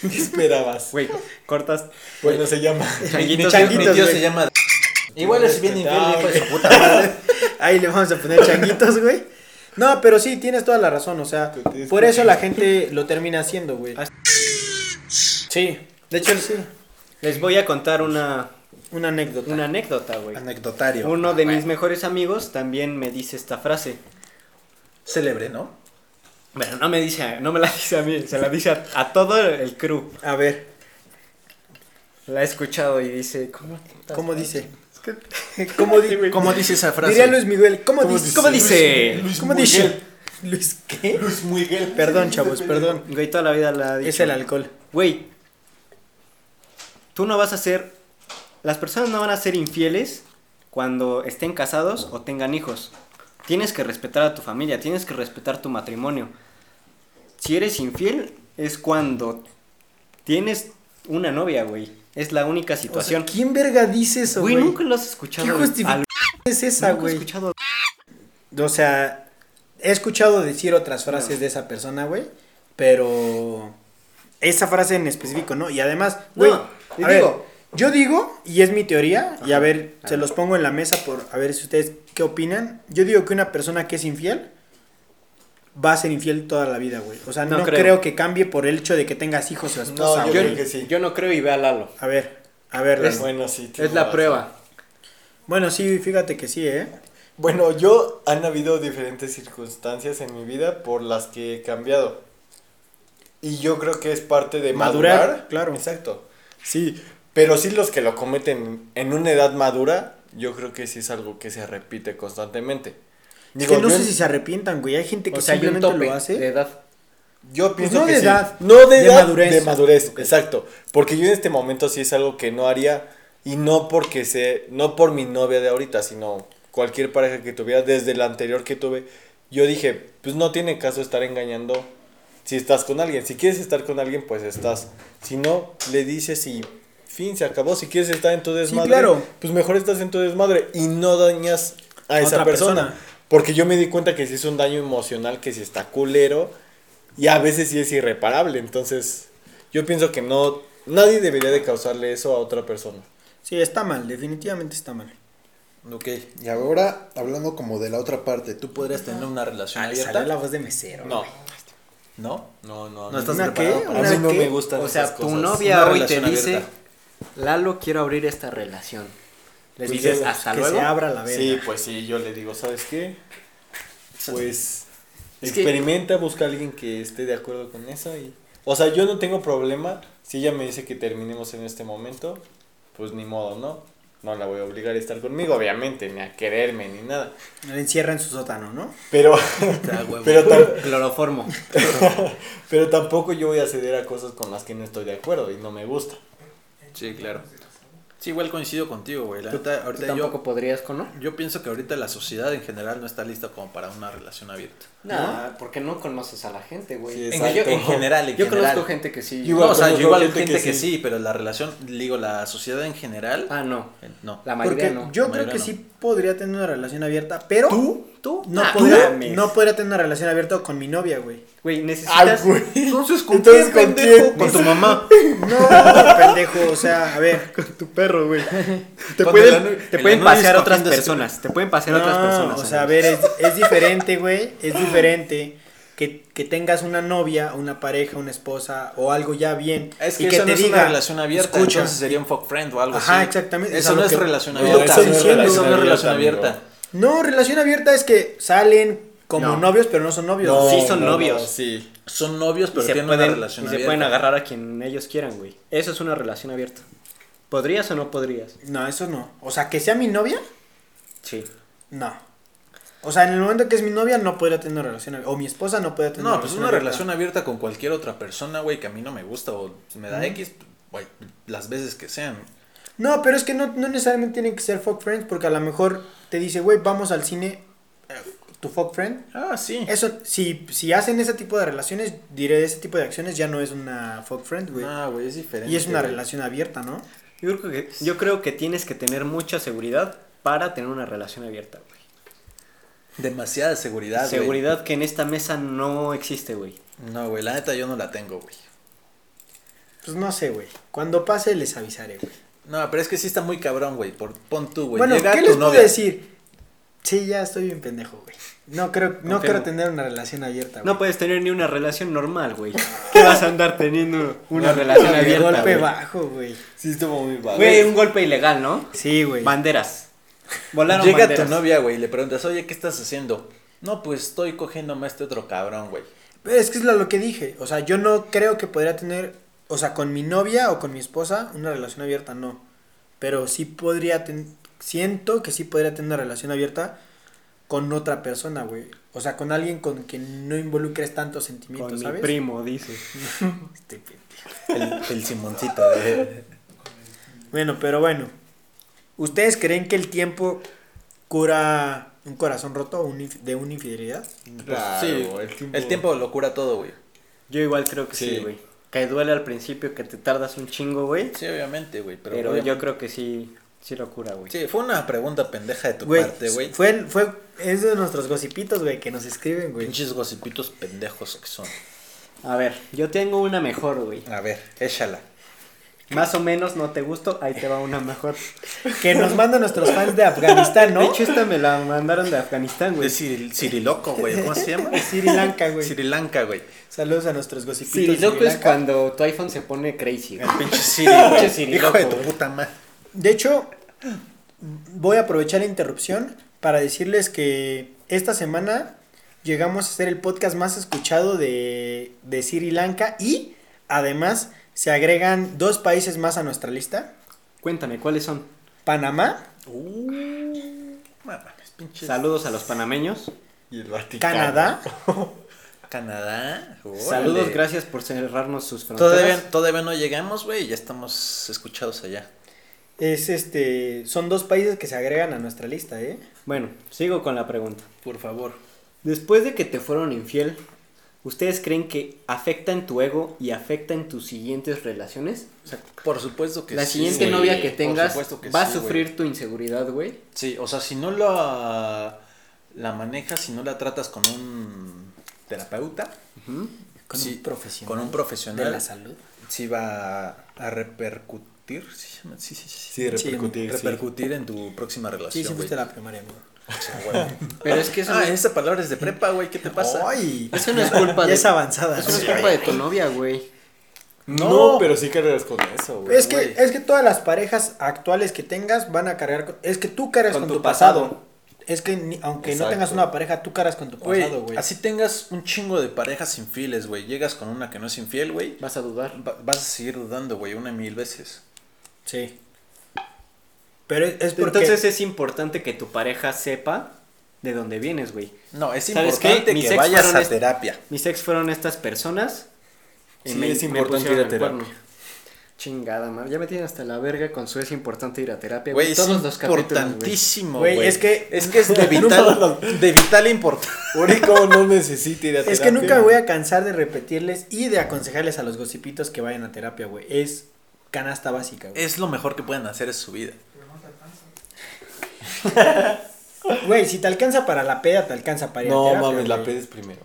Speaker 4: ¿Qué esperabas?
Speaker 3: güey, cortas
Speaker 4: Bueno, se llama.
Speaker 3: changuitos.
Speaker 1: changuitos,
Speaker 2: Mi tío
Speaker 1: güey.
Speaker 2: se llama. Igual es bien infiel, hijo de su puta madre.
Speaker 1: Ahí le vamos a poner changuitos, güey. No, pero sí, tienes toda la razón, o sea,
Speaker 4: Te tienes
Speaker 1: por
Speaker 4: que-
Speaker 1: eso la gente lo termina haciendo, güey. Sí, de hecho, sí.
Speaker 3: Les voy a contar una,
Speaker 1: Una anécdota.
Speaker 3: una anécdota, güey.
Speaker 2: Anecdotario.
Speaker 3: Uno de
Speaker 2: Ah,
Speaker 3: mis mejores amigos también me dice esta frase.
Speaker 2: Célebre, ¿no?
Speaker 3: Bueno, no me dice, a- no me la dice a mí, se la dice a, a todo el crew.
Speaker 1: A ver,
Speaker 3: La he escuchado y dice, ¿cómo?
Speaker 1: ¿cómo dice? (laughs) ¿Cómo, di-
Speaker 2: ¿Cómo dice esa frase?
Speaker 1: Diría Luis Miguel, ¿cómo,
Speaker 3: ¿Cómo
Speaker 1: dice?
Speaker 3: dice? ¿Cómo dice?
Speaker 1: Luis- ¿Cómo dice? (laughs) Luis, ¿qué?
Speaker 4: Luis Miguel.
Speaker 1: Perdón, chavos, perdón.
Speaker 3: Güey, toda la vida la ha dicho.
Speaker 1: Es el alcohol.
Speaker 3: Güey, tú no vas a ser. Las personas no van a ser infieles cuando estén casados o tengan hijos. Tienes que respetar a tu familia, tienes que respetar tu matrimonio. Si eres infiel, es cuando tienes una novia, güey. Es la única
Speaker 1: O sea,
Speaker 3: situación.
Speaker 1: ¿Quién verga dice eso,
Speaker 3: güey,
Speaker 1: güey?
Speaker 3: nunca lo has
Speaker 1: ¿Qué
Speaker 3: escuchado.
Speaker 1: justificación
Speaker 3: Al-
Speaker 1: es esa,
Speaker 3: Nunca he
Speaker 1: güey? Ah,
Speaker 3: escuchado.
Speaker 1: O sea, he escuchado decir otras frases de esa persona, güey, pero esa frase en específico, ¿no? Y además, güey,
Speaker 3: y
Speaker 1: a ver,
Speaker 3: digo-
Speaker 1: yo digo, y es mi teoría, y a
Speaker 3: Ajá,
Speaker 1: ver,
Speaker 3: a
Speaker 1: se
Speaker 3: ver.
Speaker 1: los pongo en la mesa por a ver si ustedes qué opinan. Yo digo que una persona que es infiel va a ser infiel toda la vida, güey. O sea, no,
Speaker 3: No
Speaker 1: creo.
Speaker 3: creo.
Speaker 1: que cambie por el hecho de que tengas hijos o esposa,
Speaker 4: No, yo
Speaker 1: güey.
Speaker 4: creo que sí.
Speaker 3: Yo no creo y ve a Lalo.
Speaker 1: A ver, a ver.
Speaker 4: Es-
Speaker 1: Lalo.
Speaker 4: Bueno, sí.
Speaker 3: Es
Speaker 4: tienes
Speaker 3: la
Speaker 4: razón.
Speaker 3: prueba.
Speaker 1: Bueno, sí, fíjate que sí, ¿eh?
Speaker 4: Bueno, yo han habido diferentes circunstancias en mi vida por las que he cambiado. Y yo creo que es parte de
Speaker 1: Madurar,
Speaker 4: madurar.
Speaker 1: claro.
Speaker 4: Exacto. Sí, pero sí los que lo cometen en una edad madura, yo creo que sí es algo que se repite constantemente.
Speaker 1: es que no
Speaker 4: yo,
Speaker 1: sé si se arrepientan, güey. Hay gente que
Speaker 3: O sea, hay un
Speaker 1: simplemente
Speaker 3: tope
Speaker 1: lo hace.
Speaker 3: de edad.
Speaker 4: yo pienso
Speaker 1: no
Speaker 4: que
Speaker 1: de
Speaker 4: sí.
Speaker 1: edad,
Speaker 4: No de,
Speaker 1: de
Speaker 4: edad,
Speaker 1: madurez.
Speaker 4: De madurez,
Speaker 1: Ok.
Speaker 4: exacto. Porque yo en este momento sí es algo que no haría y no porque sé, no por mi novia de ahorita, sino cualquier pareja que tuviera desde la anterior que tuve. Yo dije, pues no tiene caso estar engañando si estás con alguien. Si quieres estar con alguien, pues estás. Si no, le dices y fin, se acabó. Si quieres estar en tu desmadre,
Speaker 1: claro.
Speaker 4: pues mejor estás en tu desmadre y no dañas a,
Speaker 1: A
Speaker 4: esa
Speaker 1: otra
Speaker 4: persona.
Speaker 1: persona.
Speaker 4: Porque yo me di cuenta que si es un daño emocional, que si está culero. Y a veces sí es irreparable, entonces yo pienso que no, nadie debería de causarle eso a otra persona.
Speaker 1: Sí, está mal, definitivamente está mal.
Speaker 2: Ok.
Speaker 5: Y ahora, hablando como de la otra parte, tú podrías.
Speaker 2: ¿Podrías tener una relación
Speaker 1: Ah, le
Speaker 2: abierta?
Speaker 1: salió la voz de mesero.
Speaker 4: No,
Speaker 2: ¿No?
Speaker 4: no, no.
Speaker 2: ¿No estás
Speaker 1: ¿Una
Speaker 2: preparado
Speaker 1: qué?
Speaker 2: para
Speaker 4: a mí
Speaker 1: ¿Una
Speaker 4: no
Speaker 1: qué?
Speaker 4: me gustan
Speaker 3: O sea,
Speaker 4: esas
Speaker 3: tu
Speaker 4: cosas.
Speaker 3: novia
Speaker 2: Una
Speaker 3: hoy te
Speaker 2: relación
Speaker 3: dice,
Speaker 2: abierta.
Speaker 3: Lalo, quiero abrir esta relación. Les
Speaker 4: Pues
Speaker 3: dices,
Speaker 4: yo-
Speaker 3: hasta
Speaker 1: que
Speaker 3: luego.
Speaker 1: se
Speaker 3: (laughs)
Speaker 1: abra la verga.
Speaker 4: Sí, pues sí, yo le digo, ¿sabes qué? Pues
Speaker 3: Es que-
Speaker 4: experimenta, busca a alguien que esté de acuerdo con eso y... O sea, yo no tengo problema, si ella me dice que terminemos en este momento, pues ni modo, ¿no? No la voy a obligar a estar conmigo, obviamente, ni a quererme, ni nada.
Speaker 1: La encierra en su sótano, ¿no?
Speaker 4: Pero, (laughs)
Speaker 2: Ah, huevo.
Speaker 4: pero, tam-
Speaker 3: Cloroformo.
Speaker 4: pero tampoco yo voy a ceder a cosas con las que no estoy de acuerdo y no me gusta.
Speaker 2: Sí, claro. Sí, igual coincido contigo, güey. La
Speaker 3: Tú,
Speaker 2: neta,
Speaker 3: tú
Speaker 2: ahorita
Speaker 3: tampoco
Speaker 2: yo,
Speaker 3: podrías con, ¿no?
Speaker 2: yo pienso que ahorita la sociedad en general no está lista como para una relación abierta.
Speaker 3: No, porque no conoces a la gente, güey.
Speaker 4: Sí,
Speaker 2: En,
Speaker 4: Exacto.
Speaker 2: yo- en general, en
Speaker 3: Yo
Speaker 2: general.
Speaker 3: conozco gente que sí.
Speaker 4: Yo
Speaker 2: No, o sea,
Speaker 4: Conozco
Speaker 2: yo igual
Speaker 4: gente
Speaker 2: gente
Speaker 4: que
Speaker 2: que,
Speaker 4: sí.
Speaker 2: sí. pero la relación, digo, la sociedad en general,
Speaker 3: Ah, no.
Speaker 2: eh, no.
Speaker 3: La mayoría
Speaker 1: Porque
Speaker 3: no.
Speaker 1: yo
Speaker 2: La
Speaker 1: creo
Speaker 2: mayoría
Speaker 1: que
Speaker 2: no.
Speaker 1: sí podría tener una relación abierta, pero
Speaker 3: ¿Tú? ¿Tú?
Speaker 1: no,
Speaker 3: Ah,
Speaker 1: podría,
Speaker 3: mames.
Speaker 1: no podría tener una relación abierta con mi novia, güey.
Speaker 3: Güey, necesitas...
Speaker 4: Ay, güey.
Speaker 3: Entonces, ¿con
Speaker 4: Entonces,
Speaker 3: quién,
Speaker 4: ¿con
Speaker 3: pendejo?
Speaker 4: quién?
Speaker 3: Con tu mamá.
Speaker 1: (laughs) No, pendejo, o sea, a ver.
Speaker 3: Con tu
Speaker 1: (laughs)
Speaker 3: perro, güey. Te
Speaker 2: Cuando
Speaker 3: pueden,
Speaker 2: la nu-
Speaker 3: te
Speaker 2: la
Speaker 3: pueden
Speaker 2: novia
Speaker 3: pasear otras
Speaker 2: escogiendo-
Speaker 3: personas. Te pueden pasear otras
Speaker 1: No,
Speaker 3: personas.
Speaker 1: o sea, a
Speaker 3: amigos.
Speaker 1: ver, es, es diferente, güey, es diferente que, que tengas una novia, una pareja, una esposa o algo ya bien.
Speaker 2: Es que,
Speaker 1: y
Speaker 2: eso
Speaker 1: te
Speaker 2: no es
Speaker 1: diga,
Speaker 2: una relación abierta,
Speaker 1: escucha,
Speaker 2: entonces eh, sería un fuck friend o algo así.
Speaker 1: Ajá, exactamente, es a
Speaker 2: Eso
Speaker 1: lo
Speaker 2: no es
Speaker 1: que-
Speaker 2: relación
Speaker 1: No,
Speaker 2: abierta.
Speaker 1: eso no es
Speaker 2: Eso no
Speaker 4: relación
Speaker 2: es relación
Speaker 4: abierta,
Speaker 2: abierta.
Speaker 1: No, relación abierta es que salen como
Speaker 3: No.
Speaker 1: novios, pero no son novios.
Speaker 3: No. sí son novios.
Speaker 4: sí.
Speaker 2: Son novios,
Speaker 3: Y
Speaker 2: pero
Speaker 3: se,
Speaker 2: tienen
Speaker 3: pueden,
Speaker 2: una relación
Speaker 3: y se
Speaker 2: abierta.
Speaker 3: pueden agarrar a quien ellos quieran, güey. Eso es una relación abierta. ¿Podrías o no podrías?
Speaker 1: No, eso no. O sea, que sea mi novia,
Speaker 3: Sí.
Speaker 1: no. O sea, en el momento que es mi novia, no podría tener una relación abierta. O mi esposa no podría tener
Speaker 2: No, pues una
Speaker 1: abierta.
Speaker 2: relación abierta con cualquier otra persona, güey, que a mí no me gusta o me da
Speaker 1: Ujú.
Speaker 2: X, güey, las veces que sean.
Speaker 1: No, pero es que no, no necesariamente tienen que ser fuck friends, porque a lo mejor te dice, güey, vamos al cine, eh, tu fuck friend.
Speaker 2: Ah, sí.
Speaker 1: Eso, si, si hacen ese tipo de relaciones, diré, ese tipo de acciones ya no es una fuck friend, güey.
Speaker 2: Ah, güey, es diferente.
Speaker 1: y es una
Speaker 2: güey.
Speaker 1: relación abierta, ¿no?
Speaker 3: Yo creo, que, yo creo que tienes que tener mucha seguridad para tener una relación abierta, güey.
Speaker 2: Demasiada seguridad, güey.
Speaker 3: seguridad que en esta mesa no existe, güey.
Speaker 2: No, güey, la neta yo no la tengo, güey.
Speaker 1: Pues no sé, güey. Cuando pase les avisaré, güey.
Speaker 2: No, pero es que sí está muy cabrón, güey. Por, pon tú, güey.
Speaker 1: Bueno,
Speaker 2: Llega
Speaker 1: ¿qué
Speaker 2: tu
Speaker 1: les puedo
Speaker 2: novia.
Speaker 1: decir? Sí, ya estoy bien pendejo, güey. No creo, no
Speaker 3: Confirmo.
Speaker 1: quiero tener una relación abierta, güey.
Speaker 3: No puedes tener ni una relación normal, güey. ¿Qué vas a andar teniendo una relación
Speaker 1: De
Speaker 3: abierta?
Speaker 1: golpe
Speaker 3: güey?
Speaker 1: bajo, güey.
Speaker 4: Sí, estuvo muy bajo.
Speaker 3: Güey, un golpe ilegal, ¿no?
Speaker 1: Sí, güey.
Speaker 3: Banderas. Volaron
Speaker 2: Llega
Speaker 3: banderas.
Speaker 2: tu novia, güey, y le preguntas, oye, ¿qué estás haciendo? No, pues estoy cogiéndome a este otro cabrón, güey.
Speaker 1: Es que es lo, lo que dije. O sea, yo no creo que podría tener, o sea, con mi novia o con mi esposa, una relación abierta, no. Pero sí podría ten- siento que sí podría tener una relación abierta con otra persona, güey. O sea, con alguien con quien no involucres tantos sentimientos,
Speaker 3: Con mi
Speaker 1: ¿sabes?
Speaker 3: primo, dice.
Speaker 1: Este pendejo.
Speaker 2: El, el Simoncito, eh". (laughs) güey.
Speaker 1: Bueno, pero bueno. ¿Ustedes creen que el tiempo cura un corazón roto un inf- de una infidelidad?
Speaker 2: pues,
Speaker 4: Claro,
Speaker 2: sí,
Speaker 4: el tiempo-
Speaker 2: el tiempo lo cura todo, güey.
Speaker 3: Yo igual creo que sí,
Speaker 4: Sí.
Speaker 3: güey. Que duele al principio, que te tardas un chingo, güey.
Speaker 2: Sí, obviamente, güey. Pero,
Speaker 3: Pero, yo
Speaker 2: obviamente-
Speaker 3: creo que sí, sí lo cura, güey.
Speaker 2: Sí, fue una pregunta pendeja de tu parte, güey.
Speaker 1: Fue, fue, es de nuestros gocipitos, güey, que nos escriben, güey.
Speaker 2: Pinches gocipitos pendejos que son.
Speaker 3: A ver, yo tengo una mejor, güey.
Speaker 2: A ver, échala.
Speaker 3: Más o menos no te gustó, ahí te va una mejor.
Speaker 1: Que nos mandan nuestros fans de Afganistán, ¿no?
Speaker 3: (laughs) De hecho, esta me la mandaron de Afganistán, güey.
Speaker 2: Es Ciri- Ciriloco, güey. ¿Cómo se
Speaker 4: (laughs)
Speaker 2: llama?
Speaker 1: Sri Lanka, güey.
Speaker 2: Sri Lanka, güey.
Speaker 1: Saludos a nuestros gocipitos.
Speaker 3: Sí,
Speaker 1: de
Speaker 3: loco
Speaker 1: Sri
Speaker 3: es
Speaker 1: Lanka.
Speaker 3: cuando tu iPhone se pone crazy, güey.
Speaker 2: El pinche Siri, güey.
Speaker 3: (laughs) Pinche
Speaker 2: (laughs) Hijo
Speaker 3: Ciriloco,
Speaker 2: de tu
Speaker 3: güey.
Speaker 2: puta madre.
Speaker 1: De hecho, voy a aprovechar la interrupción para decirles que esta semana llegamos a ser el podcast más escuchado de, de Sri Lanka y además se agregan dos países más a nuestra lista.
Speaker 3: Cuéntame, ¿cuáles son?
Speaker 1: Panamá,
Speaker 2: Uh, mames, pinches.
Speaker 3: Saludos a los panameños.
Speaker 4: Y el Vaticano.
Speaker 1: Canadá,
Speaker 2: Canadá. órale.
Speaker 3: Saludos, gracias por cerrarnos sus fronteras.
Speaker 2: Todavía, todavía no llegamos, güey. Ya estamos escuchados allá.
Speaker 1: es este, son dos países que se agregan a nuestra lista, ¿eh?
Speaker 3: Bueno, sigo con la pregunta.
Speaker 2: Por favor.
Speaker 3: Después de que te fueron infiel, ¿ustedes creen que afecta en tu ego y afecta en tus siguientes relaciones? O sea,
Speaker 2: Por supuesto que
Speaker 3: la
Speaker 2: sí,
Speaker 3: siguiente
Speaker 2: güey.
Speaker 3: novia que
Speaker 2: Por
Speaker 3: tengas
Speaker 2: supuesto que
Speaker 3: va a
Speaker 2: sí, güey.
Speaker 3: sufrir tu inseguridad, güey.
Speaker 2: Sí, o sea, si no la, la manejas, si no la tratas con un terapeuta,
Speaker 1: Con
Speaker 2: Sí,
Speaker 1: un profesional.
Speaker 2: con un profesional,
Speaker 1: de la salud.
Speaker 2: sí va a repercutir, sí, se llama? sí, sí, sí,
Speaker 4: Sí, repercutir. sí.
Speaker 2: repercutir en tu próxima
Speaker 1: Sí,
Speaker 2: relación.
Speaker 1: sí, fuiste a
Speaker 2: güey.
Speaker 1: la primaria, amigo.
Speaker 2: Sí, güey.
Speaker 1: (laughs)
Speaker 3: Pero es que eso,
Speaker 2: Ah,
Speaker 3: no,
Speaker 2: esa palabra es de prepa, güey, ¿qué te pasa?
Speaker 1: ¡Ay!
Speaker 3: eso no es
Speaker 4: (laughs)
Speaker 1: (laughs)
Speaker 3: culpa
Speaker 1: Ya
Speaker 3: de
Speaker 1: es avanzada.
Speaker 3: eso no es
Speaker 1: Sí.
Speaker 3: culpa de tu novia, güey.
Speaker 4: No,
Speaker 1: No.
Speaker 4: pero sí cargas con eso, güey.
Speaker 1: Es que,
Speaker 2: güey.
Speaker 1: es que todas las parejas actuales que tengas van a cargar con... Es que tú cargas con,
Speaker 4: Con
Speaker 1: tu,
Speaker 4: tu
Speaker 1: pasado.
Speaker 4: pasado.
Speaker 1: Es que ni- aunque no
Speaker 4: Exacto.
Speaker 1: tengas una pareja, tú cargas con tu
Speaker 2: Güey,
Speaker 1: pasado, güey.
Speaker 2: así tengas un chingo de parejas infieles, güey, llegas con una que no es infiel, güey,
Speaker 3: Vas a dudar.
Speaker 2: va- vas a seguir dudando, güey, una mil veces.
Speaker 1: Sí. Pero es, es porque...
Speaker 3: Entonces es importante que tu pareja sepa de dónde vienes, güey.
Speaker 2: No, es
Speaker 3: ¿Sabes qué?
Speaker 2: importante
Speaker 3: Mis
Speaker 2: que
Speaker 3: ex
Speaker 2: vayas
Speaker 3: fueron
Speaker 2: a
Speaker 3: est-
Speaker 2: terapia.
Speaker 3: Mis ex fueron estas personas. y
Speaker 4: Sí, es importante
Speaker 3: pusieron
Speaker 4: ir a
Speaker 3: el
Speaker 4: terapia.
Speaker 3: cuerno. Chingada, madre. Ya me tienen hasta la verga con su es importante ir a terapia.
Speaker 2: Güey,
Speaker 3: güey.
Speaker 2: es
Speaker 3: todos los capítulos, güey.
Speaker 2: importantísimo,
Speaker 1: Güey,
Speaker 2: güey.
Speaker 1: es que-
Speaker 2: Es
Speaker 1: (laughs)
Speaker 2: que es de vital, de vital importancia.
Speaker 4: Único no necesita ir
Speaker 1: (laughs)
Speaker 4: a
Speaker 1: Es
Speaker 4: terapia.
Speaker 1: que nunca me voy a cansar de repetirles y de aconsejarles a los gocipitos que vayan a terapia, güey. Es canasta básica, güey.
Speaker 2: Es lo mejor que pueden hacer en su vida.
Speaker 1: Güey, si te alcanza para la peda, te alcanza para ir a
Speaker 4: No
Speaker 1: terapia,
Speaker 4: mames, la
Speaker 1: güey.
Speaker 4: peda es primero.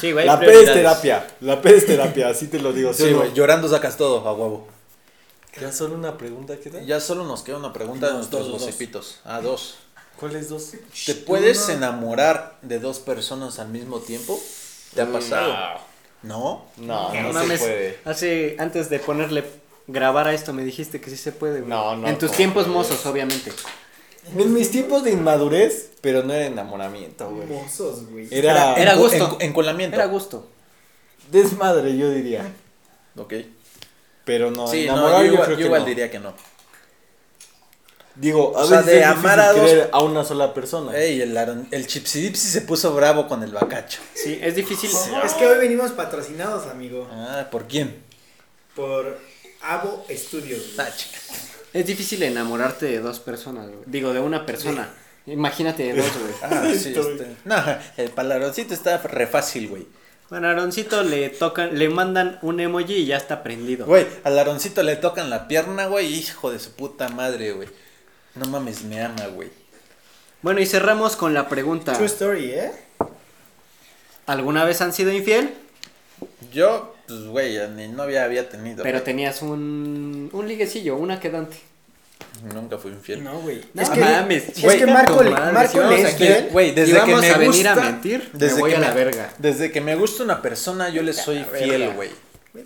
Speaker 3: Sí, güey,
Speaker 4: la
Speaker 3: hay
Speaker 4: peda es
Speaker 3: prioridades.
Speaker 4: terapia. La peda es terapia, así te lo digo. ¿sí o
Speaker 2: Sí,
Speaker 4: no?
Speaker 2: güey, llorando sacas todo, a huevo.
Speaker 4: Ya solo una pregunta queda.
Speaker 2: Ya solo nos queda una pregunta de
Speaker 1: No,
Speaker 2: nuestros
Speaker 1: dos, dos.
Speaker 2: gocipitos. Ah, dos.
Speaker 4: ¿Cuáles dos?
Speaker 2: ¿Te puedes enamorar de dos personas al mismo tiempo? ¿Te ha pasado? No.
Speaker 4: Mm, No,
Speaker 3: No
Speaker 4: no, se
Speaker 3: mames,
Speaker 4: puede.
Speaker 3: Hace, antes de ponerle grabar a esto, me dijiste que sí se puede, güey.
Speaker 4: No, no,
Speaker 3: En tus
Speaker 4: no,
Speaker 3: tiempos
Speaker 4: güey.
Speaker 3: mozos, obviamente.
Speaker 4: En mis tiempos de inmadurez, pero no era enamoramiento, güey.
Speaker 1: Mozos, güey.
Speaker 4: Era,
Speaker 3: Era
Speaker 2: En-
Speaker 3: gusto.
Speaker 2: En, encolamiento.
Speaker 3: Era gusto.
Speaker 4: desmadre, yo diría.
Speaker 2: Ok.
Speaker 4: Pero no,
Speaker 2: sí, no,
Speaker 4: enamorar
Speaker 2: yo,
Speaker 4: yo,
Speaker 2: igual-
Speaker 4: creo
Speaker 2: yo
Speaker 4: que
Speaker 2: igual
Speaker 4: no.
Speaker 2: diría que no.
Speaker 4: Digo, a
Speaker 2: O sea,
Speaker 4: veces
Speaker 2: de
Speaker 4: es difícil
Speaker 2: amar a dos-
Speaker 4: querer a una sola persona.
Speaker 2: Ey, el, Aaron- el Chipsidipsi se puso bravo con el bacacho.
Speaker 3: Sí, es difícil.
Speaker 6: Es que hoy venimos patrocinados, amigo,
Speaker 2: Ah, ¿por quién?
Speaker 6: por Avo Studios. güey.
Speaker 2: Ah, chica.
Speaker 3: Es difícil enamorarte de dos personas, güey. Digo, de una persona. Imagínate de dos, güey.
Speaker 4: (laughs)
Speaker 2: Ah, sí, este. No, el palaroncito está re fácil, güey.
Speaker 3: Bueno, a Aaroncito le tocan, le mandan un emoji y ya está prendido.
Speaker 2: Güey, al Aaroncito le tocan la pierna, güey. Hijo de su puta madre, güey. No mames, me ama, güey.
Speaker 3: Bueno, y cerramos con la pregunta.
Speaker 1: True story, ¿eh?
Speaker 3: ¿Alguna vez han sido infiel?
Speaker 2: Yo, pues, güey, a mi novia había tenido.
Speaker 3: Pero
Speaker 2: güey.
Speaker 3: tenías un, un liguecillo, una quedante.
Speaker 2: Nunca fui infiel.
Speaker 1: No, güey.
Speaker 3: No
Speaker 1: es que,
Speaker 3: mames,
Speaker 1: es
Speaker 3: güey,
Speaker 1: que Marco,
Speaker 3: tu madre,
Speaker 1: Marco
Speaker 3: si vamos
Speaker 1: le es
Speaker 3: aquí-
Speaker 1: fiel.
Speaker 2: Güey, desde
Speaker 3: Y
Speaker 2: que
Speaker 3: vamos
Speaker 2: me
Speaker 3: a venir
Speaker 2: gusta,
Speaker 3: a mentir, me
Speaker 2: desde
Speaker 3: voy
Speaker 2: que
Speaker 3: a la
Speaker 2: me-
Speaker 3: verga.
Speaker 2: Desde que me gusta una persona, yo le soy fiel, güey.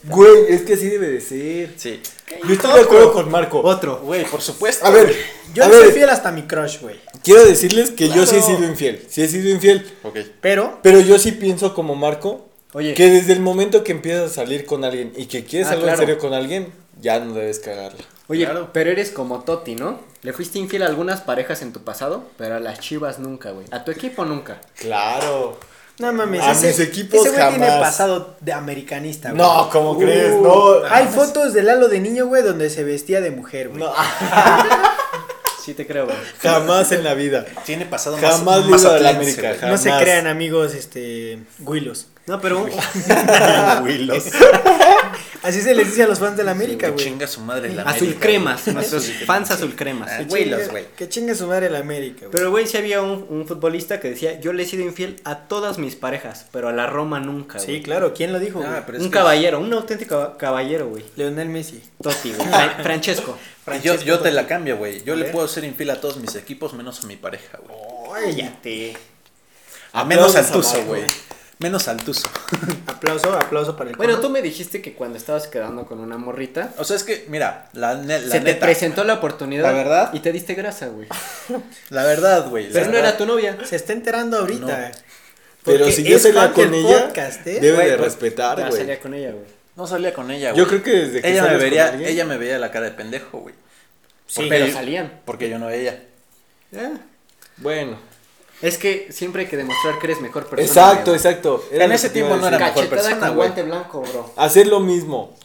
Speaker 4: Güey, es que así debe de ser.
Speaker 2: Sí. Pues,
Speaker 4: Yo estoy de acuerdo con Marco.
Speaker 3: Otro.
Speaker 2: Güey, por supuesto.
Speaker 4: A ver,
Speaker 1: Yo
Speaker 4: a
Speaker 1: le soy
Speaker 4: ver,
Speaker 1: fiel hasta mi crush, güey.
Speaker 4: quiero decirles que yo sí he sido infiel. Sí he sido infiel.
Speaker 2: Ok.
Speaker 1: Pero,
Speaker 4: Pero yo sí pienso como Marco
Speaker 3: Oye.
Speaker 4: que desde el momento que empiezas a salir con alguien y que quieres
Speaker 3: Ah,
Speaker 4: algo
Speaker 3: claro.
Speaker 4: en serio con alguien, ya no debes cagarla.
Speaker 3: Oye,
Speaker 2: Claro.
Speaker 3: pero eres como Toti, ¿no? Le fuiste infiel a algunas parejas en tu pasado, pero a las chivas nunca, güey. A tu equipo nunca.
Speaker 4: Claro.
Speaker 1: no mames.
Speaker 4: A
Speaker 1: ese,
Speaker 4: mis equipos
Speaker 1: ese güey tiene
Speaker 4: jamás.
Speaker 1: pasado de americanista, güey. Uh,
Speaker 4: No, ¿cómo crees? No.
Speaker 1: Hay fotos de Lalo de niño, güey, donde se vestía de mujer, güey.
Speaker 4: No,
Speaker 3: Sí te creo, güey.
Speaker 4: jamás en la vida.
Speaker 2: Tiene pasado más.
Speaker 4: Jamás le iba de la América.
Speaker 1: No se
Speaker 4: jamás.
Speaker 1: crean, amigos, este. Willos.
Speaker 2: (laughs)
Speaker 3: No, pero un-
Speaker 4: (laughs)
Speaker 2: Willos.
Speaker 1: Así se les dice a los fans de la América, güey.
Speaker 2: Chinga su madre la
Speaker 3: azul
Speaker 2: América,
Speaker 3: cremas.
Speaker 2: güey.
Speaker 3: Nuestros fans azul cremas.
Speaker 2: Ah,
Speaker 1: Que
Speaker 2: güey,
Speaker 1: chingue-
Speaker 2: los güey.
Speaker 1: Que chingue su madre la América, güey.
Speaker 3: Pero, güey, sí había un, un futbolista que decía, yo le he sido infiel a todas mis parejas, pero a la Roma nunca,
Speaker 1: Sí,
Speaker 3: güey.
Speaker 1: claro, ¿quién lo dijo, güey?
Speaker 2: Ah, pero es
Speaker 3: un
Speaker 2: que-
Speaker 3: caballero, un auténtico caballero, güey.
Speaker 1: Leonel Messi.
Speaker 3: Toti, güey. Fra- Francesco.
Speaker 2: Yo, yo te la cambio, güey. Yo le puedo ser infiel a todos mis equipos menos a mi pareja, güey.
Speaker 3: Cállate.
Speaker 2: A menos al
Speaker 4: Aplausos
Speaker 2: Tuzo,
Speaker 4: a Marco.
Speaker 2: güey. Menos al Tuzo.
Speaker 1: Aplauso, aplauso para el
Speaker 3: Bueno,
Speaker 1: Colo.
Speaker 3: tú me dijiste que cuando estabas quedando con una morrita,
Speaker 2: O sea, es que, mira, la, ne- la
Speaker 3: se te
Speaker 2: neta.
Speaker 3: presentó la oportunidad
Speaker 2: La verdad.
Speaker 3: y te diste grasa, güey.
Speaker 2: La verdad, güey. la
Speaker 3: Pero no
Speaker 2: verdad.
Speaker 3: era tu novia.
Speaker 1: Se está enterando ahorita.
Speaker 4: Pero
Speaker 1: Porque
Speaker 4: si yo
Speaker 1: es
Speaker 4: salía
Speaker 1: fan
Speaker 4: con
Speaker 1: del
Speaker 4: ella,
Speaker 1: podcast, ¿eh?
Speaker 4: debe
Speaker 2: Güey,
Speaker 4: de
Speaker 2: pues,
Speaker 4: respetar,
Speaker 3: Ya
Speaker 4: güey.
Speaker 3: salía con ella, güey.
Speaker 2: No salía con ella, güey.
Speaker 4: Yo creo que desde que
Speaker 2: ella me
Speaker 4: sales con
Speaker 2: vería,
Speaker 4: alguien-
Speaker 2: ella me veía la cara de pendejo, güey.
Speaker 3: Sí,
Speaker 2: Porque
Speaker 3: pero
Speaker 2: yo-
Speaker 3: salían.
Speaker 2: Porque yo no veía.
Speaker 3: Ah,
Speaker 4: Bueno.
Speaker 3: Es que siempre hay que demostrar que eres mejor persona.
Speaker 4: Exacto,
Speaker 3: güey.
Speaker 4: exacto.
Speaker 2: En
Speaker 4: lo
Speaker 2: ese
Speaker 4: que te iba
Speaker 2: tiempo no
Speaker 4: a
Speaker 2: era
Speaker 4: decir.
Speaker 2: mejor
Speaker 3: Cachetada
Speaker 2: persona,
Speaker 3: con
Speaker 2: güey.
Speaker 3: guante blanco, bro.
Speaker 4: Hacer lo mismo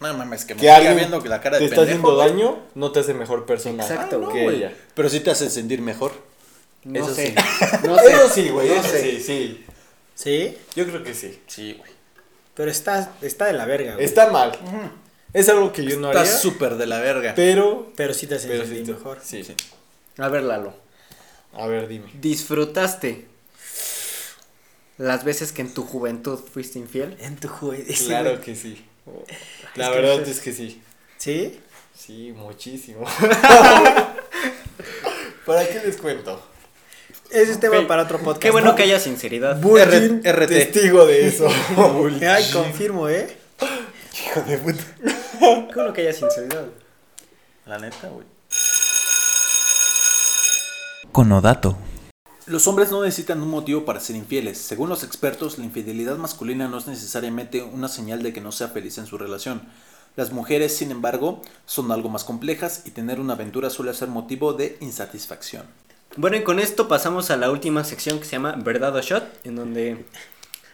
Speaker 2: No mames, que me
Speaker 4: que
Speaker 2: siga
Speaker 4: alguien
Speaker 2: viendo que la cara de
Speaker 4: te está
Speaker 2: pendejo.
Speaker 4: haciendo
Speaker 2: güey.
Speaker 4: daño, no te hace mejor persona
Speaker 3: Exacto,
Speaker 4: que
Speaker 3: güey.
Speaker 2: No, güey.
Speaker 4: ella.
Speaker 2: Pero sí te hace sentir mejor.
Speaker 3: No
Speaker 2: Eso
Speaker 3: sé.
Speaker 2: sí.
Speaker 3: No sé.
Speaker 4: Eso sí, güey,
Speaker 3: No
Speaker 4: eso
Speaker 3: sé.
Speaker 4: sí, sí.
Speaker 1: Sí,
Speaker 4: Yo creo que sí.
Speaker 2: Sí, güey.
Speaker 1: pero está, está de la verga, güey.
Speaker 4: Está mal. Es algo que yo no haría,
Speaker 2: Estás súper de la verga.
Speaker 4: pero
Speaker 1: Pero sí te hace
Speaker 4: pero
Speaker 1: sentir
Speaker 4: sí te-
Speaker 1: mejor.
Speaker 4: Sí, sí.
Speaker 3: A ver, Lalo.
Speaker 4: A ver, dime.
Speaker 3: ¿Disfrutaste las veces que en tu juventud fuiste infiel?
Speaker 1: En tu juventud.
Speaker 4: Claro que sí. La
Speaker 3: Es que
Speaker 4: verdad
Speaker 3: dices-
Speaker 4: es que sí.
Speaker 1: ¿Sí?
Speaker 4: Sí, muchísimo. (laughs) ¿Para qué les cuento?
Speaker 1: Ese es tema
Speaker 3: Ok.
Speaker 1: para otro podcast.
Speaker 3: Qué bueno que haya sinceridad.
Speaker 4: Virgin
Speaker 2: RT.
Speaker 4: testigo de eso. Bull.
Speaker 1: Ay, confirmo, ¿eh?
Speaker 4: Hijo de puta.
Speaker 3: (laughs) Qué bueno que haya sinceridad.
Speaker 2: La neta, güey. Conodato. Los hombres no necesitan un motivo para ser infieles. Según los expertos, la infidelidad masculina no es necesariamente una señal de que no sea feliz en su relación. Las mujeres, sin embargo, son algo más complejas y tener una aventura suele ser motivo de insatisfacción.
Speaker 3: Bueno, y con esto pasamos a la última sección que se llama Verdad o Shot, en donde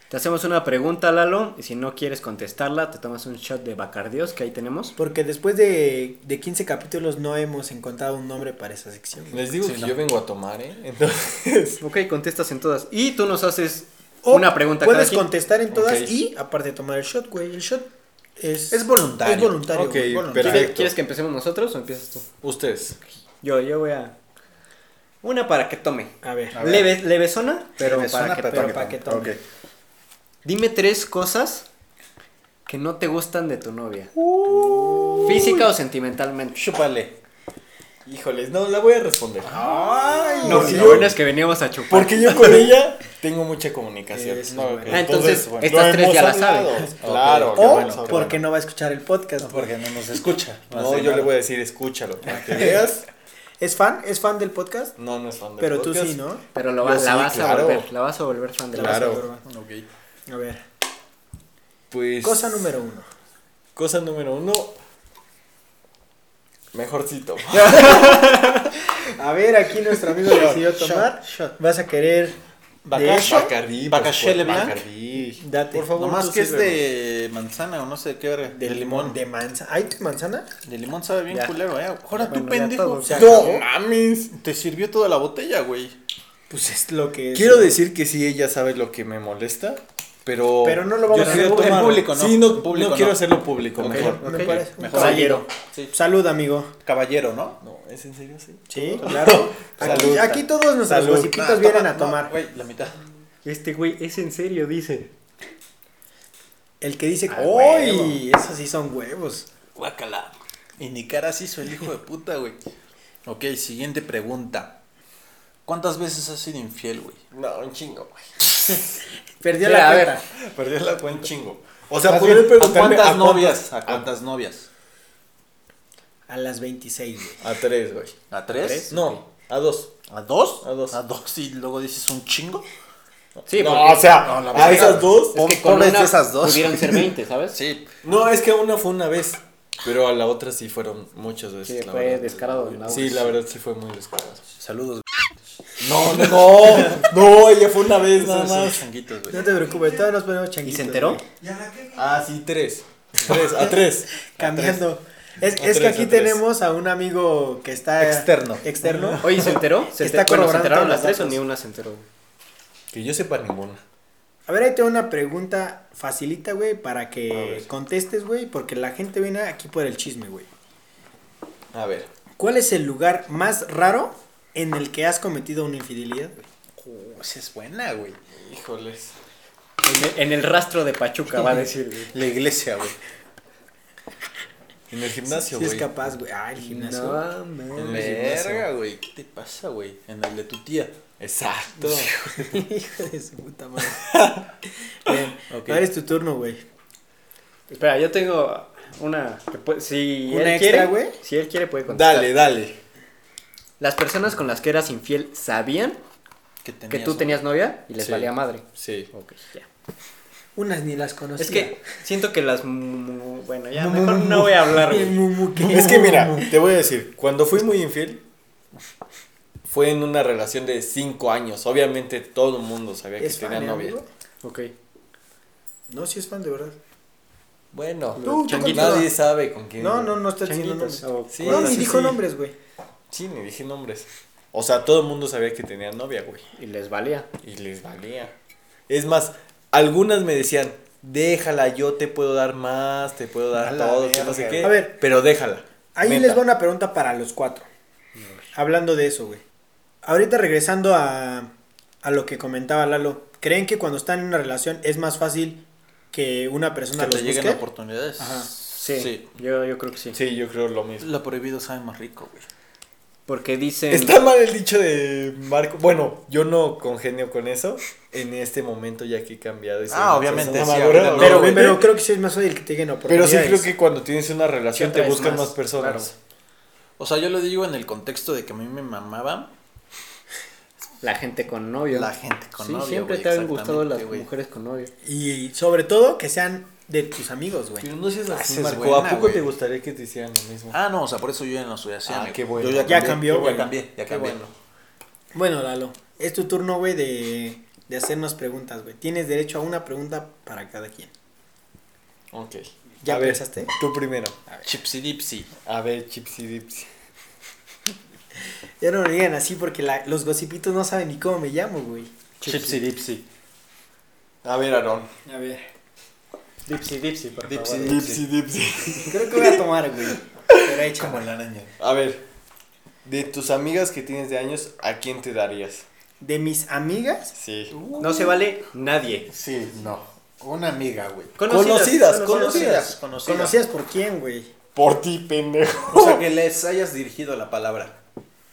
Speaker 3: te hacemos una pregunta, Lalo, y si no quieres contestarla, te tomas un shot de Bacardios, que ahí tenemos.
Speaker 1: Porque después de, de 15 capítulos no hemos encontrado un nombre para esa sección. güey.
Speaker 4: Les digo
Speaker 2: Sí,
Speaker 4: que
Speaker 2: no.
Speaker 4: yo vengo a tomar, ¿eh? Entonces. (laughs)
Speaker 3: Ok, contestas en todas. Oh, Y tú nos haces
Speaker 1: O
Speaker 3: una pregunta cada
Speaker 1: Puedes
Speaker 3: quien.
Speaker 1: contestar en todas
Speaker 4: Ok.
Speaker 1: y aparte tomar el shot, güey. El shot es.
Speaker 2: Es voluntario.
Speaker 1: Es voluntario.
Speaker 4: Ok,
Speaker 1: güey.
Speaker 3: ¿Quieres-
Speaker 4: perfecto.
Speaker 3: ¿Quieres que empecemos nosotros o empiezas tú?
Speaker 4: Ustedes.
Speaker 3: Yo, yo voy a... Una para que tome.
Speaker 1: A ver.
Speaker 2: ver.
Speaker 3: Leve, levesona, pero
Speaker 2: Levesona,
Speaker 3: para que
Speaker 2: pero
Speaker 3: tome.
Speaker 1: para que tome.
Speaker 2: Ok.
Speaker 3: Dime tres cosas que no te gustan de tu novia. Física o sentimentalmente.
Speaker 2: Chúpale.
Speaker 4: Híjoles, no, la voy a responder.
Speaker 1: Ah,
Speaker 3: No,
Speaker 4: sí.
Speaker 3: lo bueno es que veníamos a chupar.
Speaker 4: Porque yo con ella tengo mucha comunicación.
Speaker 1: Eso es
Speaker 4: No,
Speaker 1: bueno.
Speaker 3: Ah, entonces,
Speaker 4: bueno,
Speaker 3: estas
Speaker 4: lo
Speaker 3: tres ya
Speaker 4: hemos
Speaker 3: las sabe.
Speaker 4: hablado.
Speaker 3: Ok.
Speaker 4: Claro.
Speaker 1: O
Speaker 4: qué bueno, qué
Speaker 1: porque
Speaker 4: bueno.
Speaker 1: no va a escuchar el podcast. güey.
Speaker 2: Porque no nos escucha.
Speaker 4: No, yo le voy a decir, escúchalo. Para que veas.
Speaker 1: (laughs) ¿Es fan? ¿Es fan del podcast?
Speaker 4: No, no es fan del
Speaker 1: Pero tú
Speaker 4: podcast.
Speaker 1: sí, ¿no?
Speaker 3: Pero lo vas-
Speaker 4: Yo
Speaker 3: la
Speaker 4: sí,
Speaker 3: vas
Speaker 4: claro.
Speaker 3: a volver, la vas a volver fan de la
Speaker 4: Claro.
Speaker 1: A ver.
Speaker 4: Pues.
Speaker 1: Cosa número uno.
Speaker 4: Cosa número uno. Mejorcito.
Speaker 1: A ver, aquí nuestro amigo decidió tomar. Vas a querer. De eso,
Speaker 4: Bacardí.
Speaker 2: Bacaché
Speaker 4: pues,
Speaker 2: Leblanc.
Speaker 4: Bacardí.
Speaker 1: date.
Speaker 4: Por favor,
Speaker 2: Nomás
Speaker 4: tú
Speaker 2: que es
Speaker 4: sírveme.
Speaker 2: de manzana o no sé qué verga. De, limón.
Speaker 1: De manzana. ¿Hay manzana?
Speaker 2: De limón sabe bien
Speaker 1: Ya.
Speaker 2: culero, eh. Ahora tú,
Speaker 3: Bueno, ya
Speaker 2: pendejo.
Speaker 3: todo se
Speaker 4: No mames.
Speaker 2: Te sirvió toda la botella, güey.
Speaker 1: Pues es lo que es.
Speaker 4: Quiero decir que sí, ella sabe lo que me molesta, pero.
Speaker 1: Pero no lo vamos
Speaker 4: Yo
Speaker 1: a
Speaker 4: quiero
Speaker 2: hacer en
Speaker 4: tomar-
Speaker 2: público, ¿no?
Speaker 4: Sí, no,
Speaker 2: En público,
Speaker 4: no quiero
Speaker 2: no.
Speaker 4: hacerlo público,
Speaker 2: Ok,
Speaker 4: mejor.
Speaker 1: Me
Speaker 2: ok.
Speaker 1: parece. Un
Speaker 2: Mejor.
Speaker 1: caballero.
Speaker 2: Sí.
Speaker 1: Salud, amigo.
Speaker 2: Caballero, ¿no?
Speaker 4: No, ¿es en serio? Sí.
Speaker 1: Sí, claro. Aquí,
Speaker 4: Salud.
Speaker 1: aquí todos nuestros
Speaker 4: Salud.
Speaker 1: gocipitos
Speaker 2: Nah,
Speaker 1: vienen
Speaker 2: toma-
Speaker 1: a tomar.
Speaker 2: Ah, no, Güey, la mitad.
Speaker 3: Este güey es en serio, dice.
Speaker 1: El que dice,
Speaker 2: Ah,
Speaker 1: ¡Uy! Esos sí son huevos.
Speaker 2: Guácala. Indicar así soy el hijo de puta, güey. Ok, siguiente pregunta. ¿Cuántas veces has sido infiel, güey?
Speaker 4: No, un chingo, güey.
Speaker 1: Perdió
Speaker 2: Sí,
Speaker 1: la
Speaker 2: a ver.
Speaker 1: cuenta.
Speaker 4: (laughs) Perdí la cuenta. Un chingo. O
Speaker 2: Más
Speaker 4: sea,
Speaker 2: bien,
Speaker 4: podrían preguntarme.
Speaker 2: ¿A cuántas
Speaker 4: a
Speaker 2: novias? ¿A
Speaker 4: a-
Speaker 2: cuántas novias?
Speaker 1: A las 26, güey.
Speaker 4: A tres, güey.
Speaker 2: ¿A tres?
Speaker 4: No, a dos.
Speaker 2: ¿A dos?
Speaker 4: A dos.
Speaker 2: ¿A dos? Y luego dices un chingo.
Speaker 3: Sí,
Speaker 4: no,
Speaker 3: porque-
Speaker 4: o sea,
Speaker 2: no, la
Speaker 4: a
Speaker 2: verdad.
Speaker 4: esas dos.
Speaker 3: es que con
Speaker 2: pobres
Speaker 3: una
Speaker 2: de esas dos.
Speaker 3: pudieran ser 20, ¿sabes?
Speaker 2: Sí.
Speaker 4: No, es que una fue una vez, pero a la otra sí fueron muchas veces.
Speaker 3: Sí,
Speaker 4: la
Speaker 3: fue
Speaker 4: verdad.
Speaker 3: descarado, la
Speaker 4: Sí,
Speaker 3: otra.
Speaker 4: la verdad sí fue muy descarado.
Speaker 2: Saludos.
Speaker 4: No, no, no, no, ella fue una vez nada
Speaker 2: Nada
Speaker 4: más.
Speaker 2: changuitos, güey.
Speaker 1: No te preocupes, todos nos ponemos
Speaker 3: (laughs) ¿Y
Speaker 1: changuitos.
Speaker 3: se enteró?
Speaker 1: güey.
Speaker 4: Ah, sí, tres. Tres, a tres.
Speaker 1: Cambiando. Es,
Speaker 4: A
Speaker 1: es que
Speaker 4: tres,
Speaker 1: aquí
Speaker 4: a tres.
Speaker 1: tenemos a un amigo que está.
Speaker 2: Externo.
Speaker 1: Externo.
Speaker 3: Oye, ¿se enteró? ¿Se,
Speaker 1: Está
Speaker 3: enter- bueno, ¿se
Speaker 1: corroborando
Speaker 3: enteraron
Speaker 1: todas
Speaker 3: las tres
Speaker 1: las
Speaker 3: o ni una se enteró?
Speaker 4: (laughs) Que yo sepa ninguna.
Speaker 1: A ver, ahí tengo una pregunta facilita, güey, para que contestes, güey, porque la gente viene aquí por el chisme, güey.
Speaker 4: A ver.
Speaker 1: ¿Cuál es el lugar más raro en el que has cometido una infidelidad, güey?
Speaker 2: Uh, esa es buena, güey.
Speaker 4: Híjoles.
Speaker 3: En el, en el rastro de Pachuca, va a decir. güey.
Speaker 2: La iglesia, güey.
Speaker 4: En el gimnasio,
Speaker 1: Si
Speaker 4: güey.
Speaker 1: es capaz, güey. Ah, el gimnasio.
Speaker 3: man.
Speaker 4: En el
Speaker 2: Verga,
Speaker 4: gimnasio.
Speaker 2: güey. ¿Qué te pasa, güey? En el de tu tía.
Speaker 4: Exacto.
Speaker 1: (laughs) Hijo de su puta madre. Bien,
Speaker 2: Ok.
Speaker 1: ahora es tu turno, güey.
Speaker 3: Espera, yo tengo una. que puede- si
Speaker 1: ¿Una
Speaker 3: él
Speaker 1: extra,
Speaker 3: quiere,
Speaker 1: güey?
Speaker 3: Si él quiere, puede contestar.
Speaker 4: Dale, dale.
Speaker 3: Las personas con las que eras infiel sabían
Speaker 2: Que,
Speaker 3: que tú tenías novia y les
Speaker 4: Sí.
Speaker 3: valía madre.
Speaker 4: Sí.
Speaker 3: Ok, ya.
Speaker 1: Unas ni las conocía.
Speaker 3: Es que siento que las. mu- Bueno, ya mejor no voy a hablar,
Speaker 1: (laughs) Bien,
Speaker 3: güey.
Speaker 1: mu, mu, que-
Speaker 4: Es que mira, te voy a decir, cuando fui muy infiel, fue en una relación de cinco años. Obviamente todo el mundo sabía que
Speaker 1: ¿Es fan
Speaker 4: tenía
Speaker 1: de
Speaker 4: novia.
Speaker 1: amigo?
Speaker 3: Ok.
Speaker 1: No, si es fan de verdad.
Speaker 4: Bueno,
Speaker 1: Tú, tú
Speaker 3: Changuitos.
Speaker 4: nadie sabe con quién.
Speaker 1: No, no, no está diciendo
Speaker 3: Changuitos,
Speaker 1: nombres.
Speaker 3: o
Speaker 4: Sí,
Speaker 1: No,
Speaker 3: cosas
Speaker 1: ni
Speaker 4: sí,
Speaker 1: dijo
Speaker 4: sí.
Speaker 1: nombres, güey.
Speaker 4: Sí, ni dije nombres. O sea, todo el mundo sabía que tenía novia, güey.
Speaker 3: Y les valía.
Speaker 4: Y les valía. Es más, algunas me decían, déjala, yo te puedo dar más, te puedo dar
Speaker 2: Mala
Speaker 4: todo, que no sé
Speaker 2: verga.
Speaker 4: qué.
Speaker 1: A ver.
Speaker 4: Pero déjala.
Speaker 1: Ahí
Speaker 4: neta.
Speaker 1: les va una pregunta para los cuatro. Hablando de eso, güey. Ahorita regresando a, a lo que comentaba Lalo. ¿Creen que cuando están en una relación es más fácil que una persona
Speaker 2: Que te
Speaker 1: los
Speaker 2: lleguen
Speaker 1: busque?
Speaker 2: oportunidades.
Speaker 1: Ajá.
Speaker 3: Sí. Yo, yo creo que sí.
Speaker 4: Sí, yo creo lo (laughs) mismo.
Speaker 2: Lo prohibido sabe más rico, güey.
Speaker 3: Porque dicen.
Speaker 4: Está mal el dicho de Marco. Bueno, yo no congenio con eso en este momento ya que he cambiado. y soy
Speaker 2: Ah,
Speaker 4: una
Speaker 2: obviamente,
Speaker 4: persona
Speaker 2: sí,
Speaker 4: madura,
Speaker 2: ahorita no,
Speaker 1: Pero,
Speaker 4: obviamente.
Speaker 1: pero creo que sí es más fácil que te lleguen
Speaker 4: Pero
Speaker 1: oportunidades.
Speaker 4: sí creo que cuando tienes una relación te
Speaker 3: atraes
Speaker 4: buscan
Speaker 3: más,
Speaker 4: más, personas.
Speaker 2: O sea, yo lo digo en el contexto de que a mí me mamaba
Speaker 3: La gente con novio.
Speaker 2: la gente con
Speaker 3: sí,
Speaker 2: novio,
Speaker 3: siempre
Speaker 2: güey,
Speaker 3: te han gustado
Speaker 2: exactamente,
Speaker 3: las
Speaker 2: güey.
Speaker 3: mujeres con novio.
Speaker 1: Y sobre todo que sean de tus amigos, güey.
Speaker 4: Pero no seas
Speaker 2: Ah,
Speaker 4: así,
Speaker 2: esa es
Speaker 4: Marco.
Speaker 2: buena,
Speaker 4: ¿A poco
Speaker 2: güey.
Speaker 4: te gustaría que te hicieran lo mismo?
Speaker 2: Ah, no, o sea, por eso yo en la sociedad.
Speaker 4: Ah, qué bueno.
Speaker 2: Yo
Speaker 1: Ya cambió,
Speaker 2: yo
Speaker 1: güey.
Speaker 2: Ya cambié, ya
Speaker 1: Qué
Speaker 2: cambié.
Speaker 1: bueno. Bueno, Lalo, es tu turno, güey, de, de hacernos preguntas, güey. Tienes derecho a una pregunta para cada quien.
Speaker 4: ok.
Speaker 1: ¿Ya
Speaker 4: A ver,
Speaker 1: pensaste?
Speaker 4: Tú primero.
Speaker 2: Chipsy Dipsy.
Speaker 4: A ver, Chipsy Dipsy.
Speaker 1: Ya no me digan así porque la- los gocipitos no saben ni cómo me llamo, güey.
Speaker 2: Chipsy Dipsy.
Speaker 4: A ver, Aarón.
Speaker 1: A ver.
Speaker 3: Dipsy, dipsy, por
Speaker 2: Dipsy
Speaker 3: favor.
Speaker 2: Dipsy.
Speaker 4: Dipsy.
Speaker 1: Creo que voy a tomar, güey. Pero échala.
Speaker 2: Como la araña.
Speaker 4: A ver, de tus amigas que tienes de años, ¿a quién te darías?
Speaker 1: De mis amigas,
Speaker 4: Sí.
Speaker 3: No se vale nadie.
Speaker 2: Sí, no. Una amiga, güey.
Speaker 4: Conocidas,
Speaker 2: Conocidas,
Speaker 4: conocidas.
Speaker 2: conocidas.
Speaker 1: ¿conocías por quién, güey?
Speaker 4: Por ti, pendejo.
Speaker 2: O sea, que les hayas dirigido la palabra.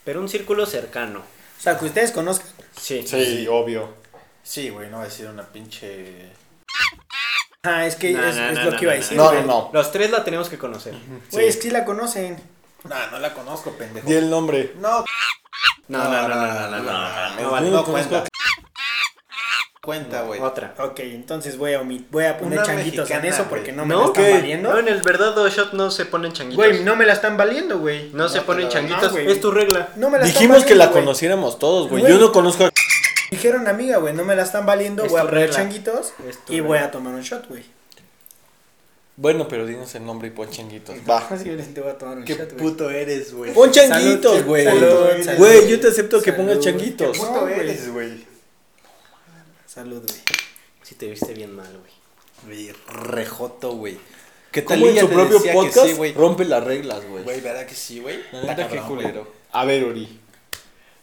Speaker 3: Pero un círculo cercano.
Speaker 1: O sea, que ustedes conozcan.
Speaker 3: Sí.
Speaker 4: Sí, obvio.
Speaker 2: Sí, güey, no va a decir una pinche.
Speaker 1: Ah, es que
Speaker 3: No,
Speaker 1: es,
Speaker 3: no,
Speaker 1: es
Speaker 3: no,
Speaker 1: lo
Speaker 3: no,
Speaker 1: que iba a
Speaker 3: no,
Speaker 1: decir.
Speaker 4: no,
Speaker 1: güey.
Speaker 4: no,
Speaker 3: Los tres la tenemos que conocer.
Speaker 1: Güey, es que sí la conocen.
Speaker 2: No, no la conozco, pendejo.
Speaker 4: Di el nombre.
Speaker 2: No,
Speaker 3: No, no, no, no, no, no. no, no,
Speaker 4: No,
Speaker 3: vale.
Speaker 4: no
Speaker 2: cuenta.
Speaker 4: conozco.
Speaker 7: cuenta, güey.
Speaker 3: Otra.
Speaker 1: Ok, entonces voy a, omit- voy a poner
Speaker 7: Una
Speaker 1: changuitos
Speaker 7: mexicana,
Speaker 1: en eso
Speaker 7: güey.
Speaker 1: porque no me
Speaker 3: ¿No?
Speaker 1: la están
Speaker 4: Ok.
Speaker 3: No,
Speaker 1: valiendo.
Speaker 3: en el verdadero shot no se ponen changuitos.
Speaker 1: Güey, no me la están valiendo, güey.
Speaker 3: no, se ponen
Speaker 1: la- no,
Speaker 3: changuitos.
Speaker 1: güey.
Speaker 3: es tu regla.
Speaker 1: No me la están
Speaker 4: Dijimos que la
Speaker 1: valiendo, güey.
Speaker 4: conociéramos todos, güey.
Speaker 1: Güey.
Speaker 4: Yo no conozco a...
Speaker 1: Dijeron, amiga, güey, no me la están valiendo,
Speaker 3: Es
Speaker 1: voy a
Speaker 3: tu
Speaker 1: poner
Speaker 3: regla.
Speaker 1: changuitos
Speaker 3: Es tu
Speaker 1: y voy
Speaker 3: regla.
Speaker 1: a tomar un shot, güey.
Speaker 4: Bueno, pero dinos el nombre y pon changuitos. Va.
Speaker 1: Así te voy a tomar un
Speaker 7: Qué
Speaker 1: shot, güey.
Speaker 7: puto eres, güey.
Speaker 4: Pon changuitos, güey.
Speaker 1: salud, salud.
Speaker 4: Güey, yo te acepto que pongas
Speaker 1: Salud.
Speaker 4: changuitos.
Speaker 1: Qué
Speaker 7: puto
Speaker 1: No, güey.
Speaker 7: eres, güey.
Speaker 1: Salud, güey.
Speaker 3: Si te viste bien mal, güey.
Speaker 7: Güey, Rejoto, güey. ¿Qué
Speaker 4: Como en su propio podcast
Speaker 7: Sí, güey.
Speaker 4: rompe las reglas, güey.
Speaker 7: Güey, ¿verdad que sí, güey?
Speaker 4: La
Speaker 7: Está
Speaker 4: neta, qué
Speaker 7: cabrón,
Speaker 4: culero.
Speaker 7: güey.
Speaker 4: A ver, Uri.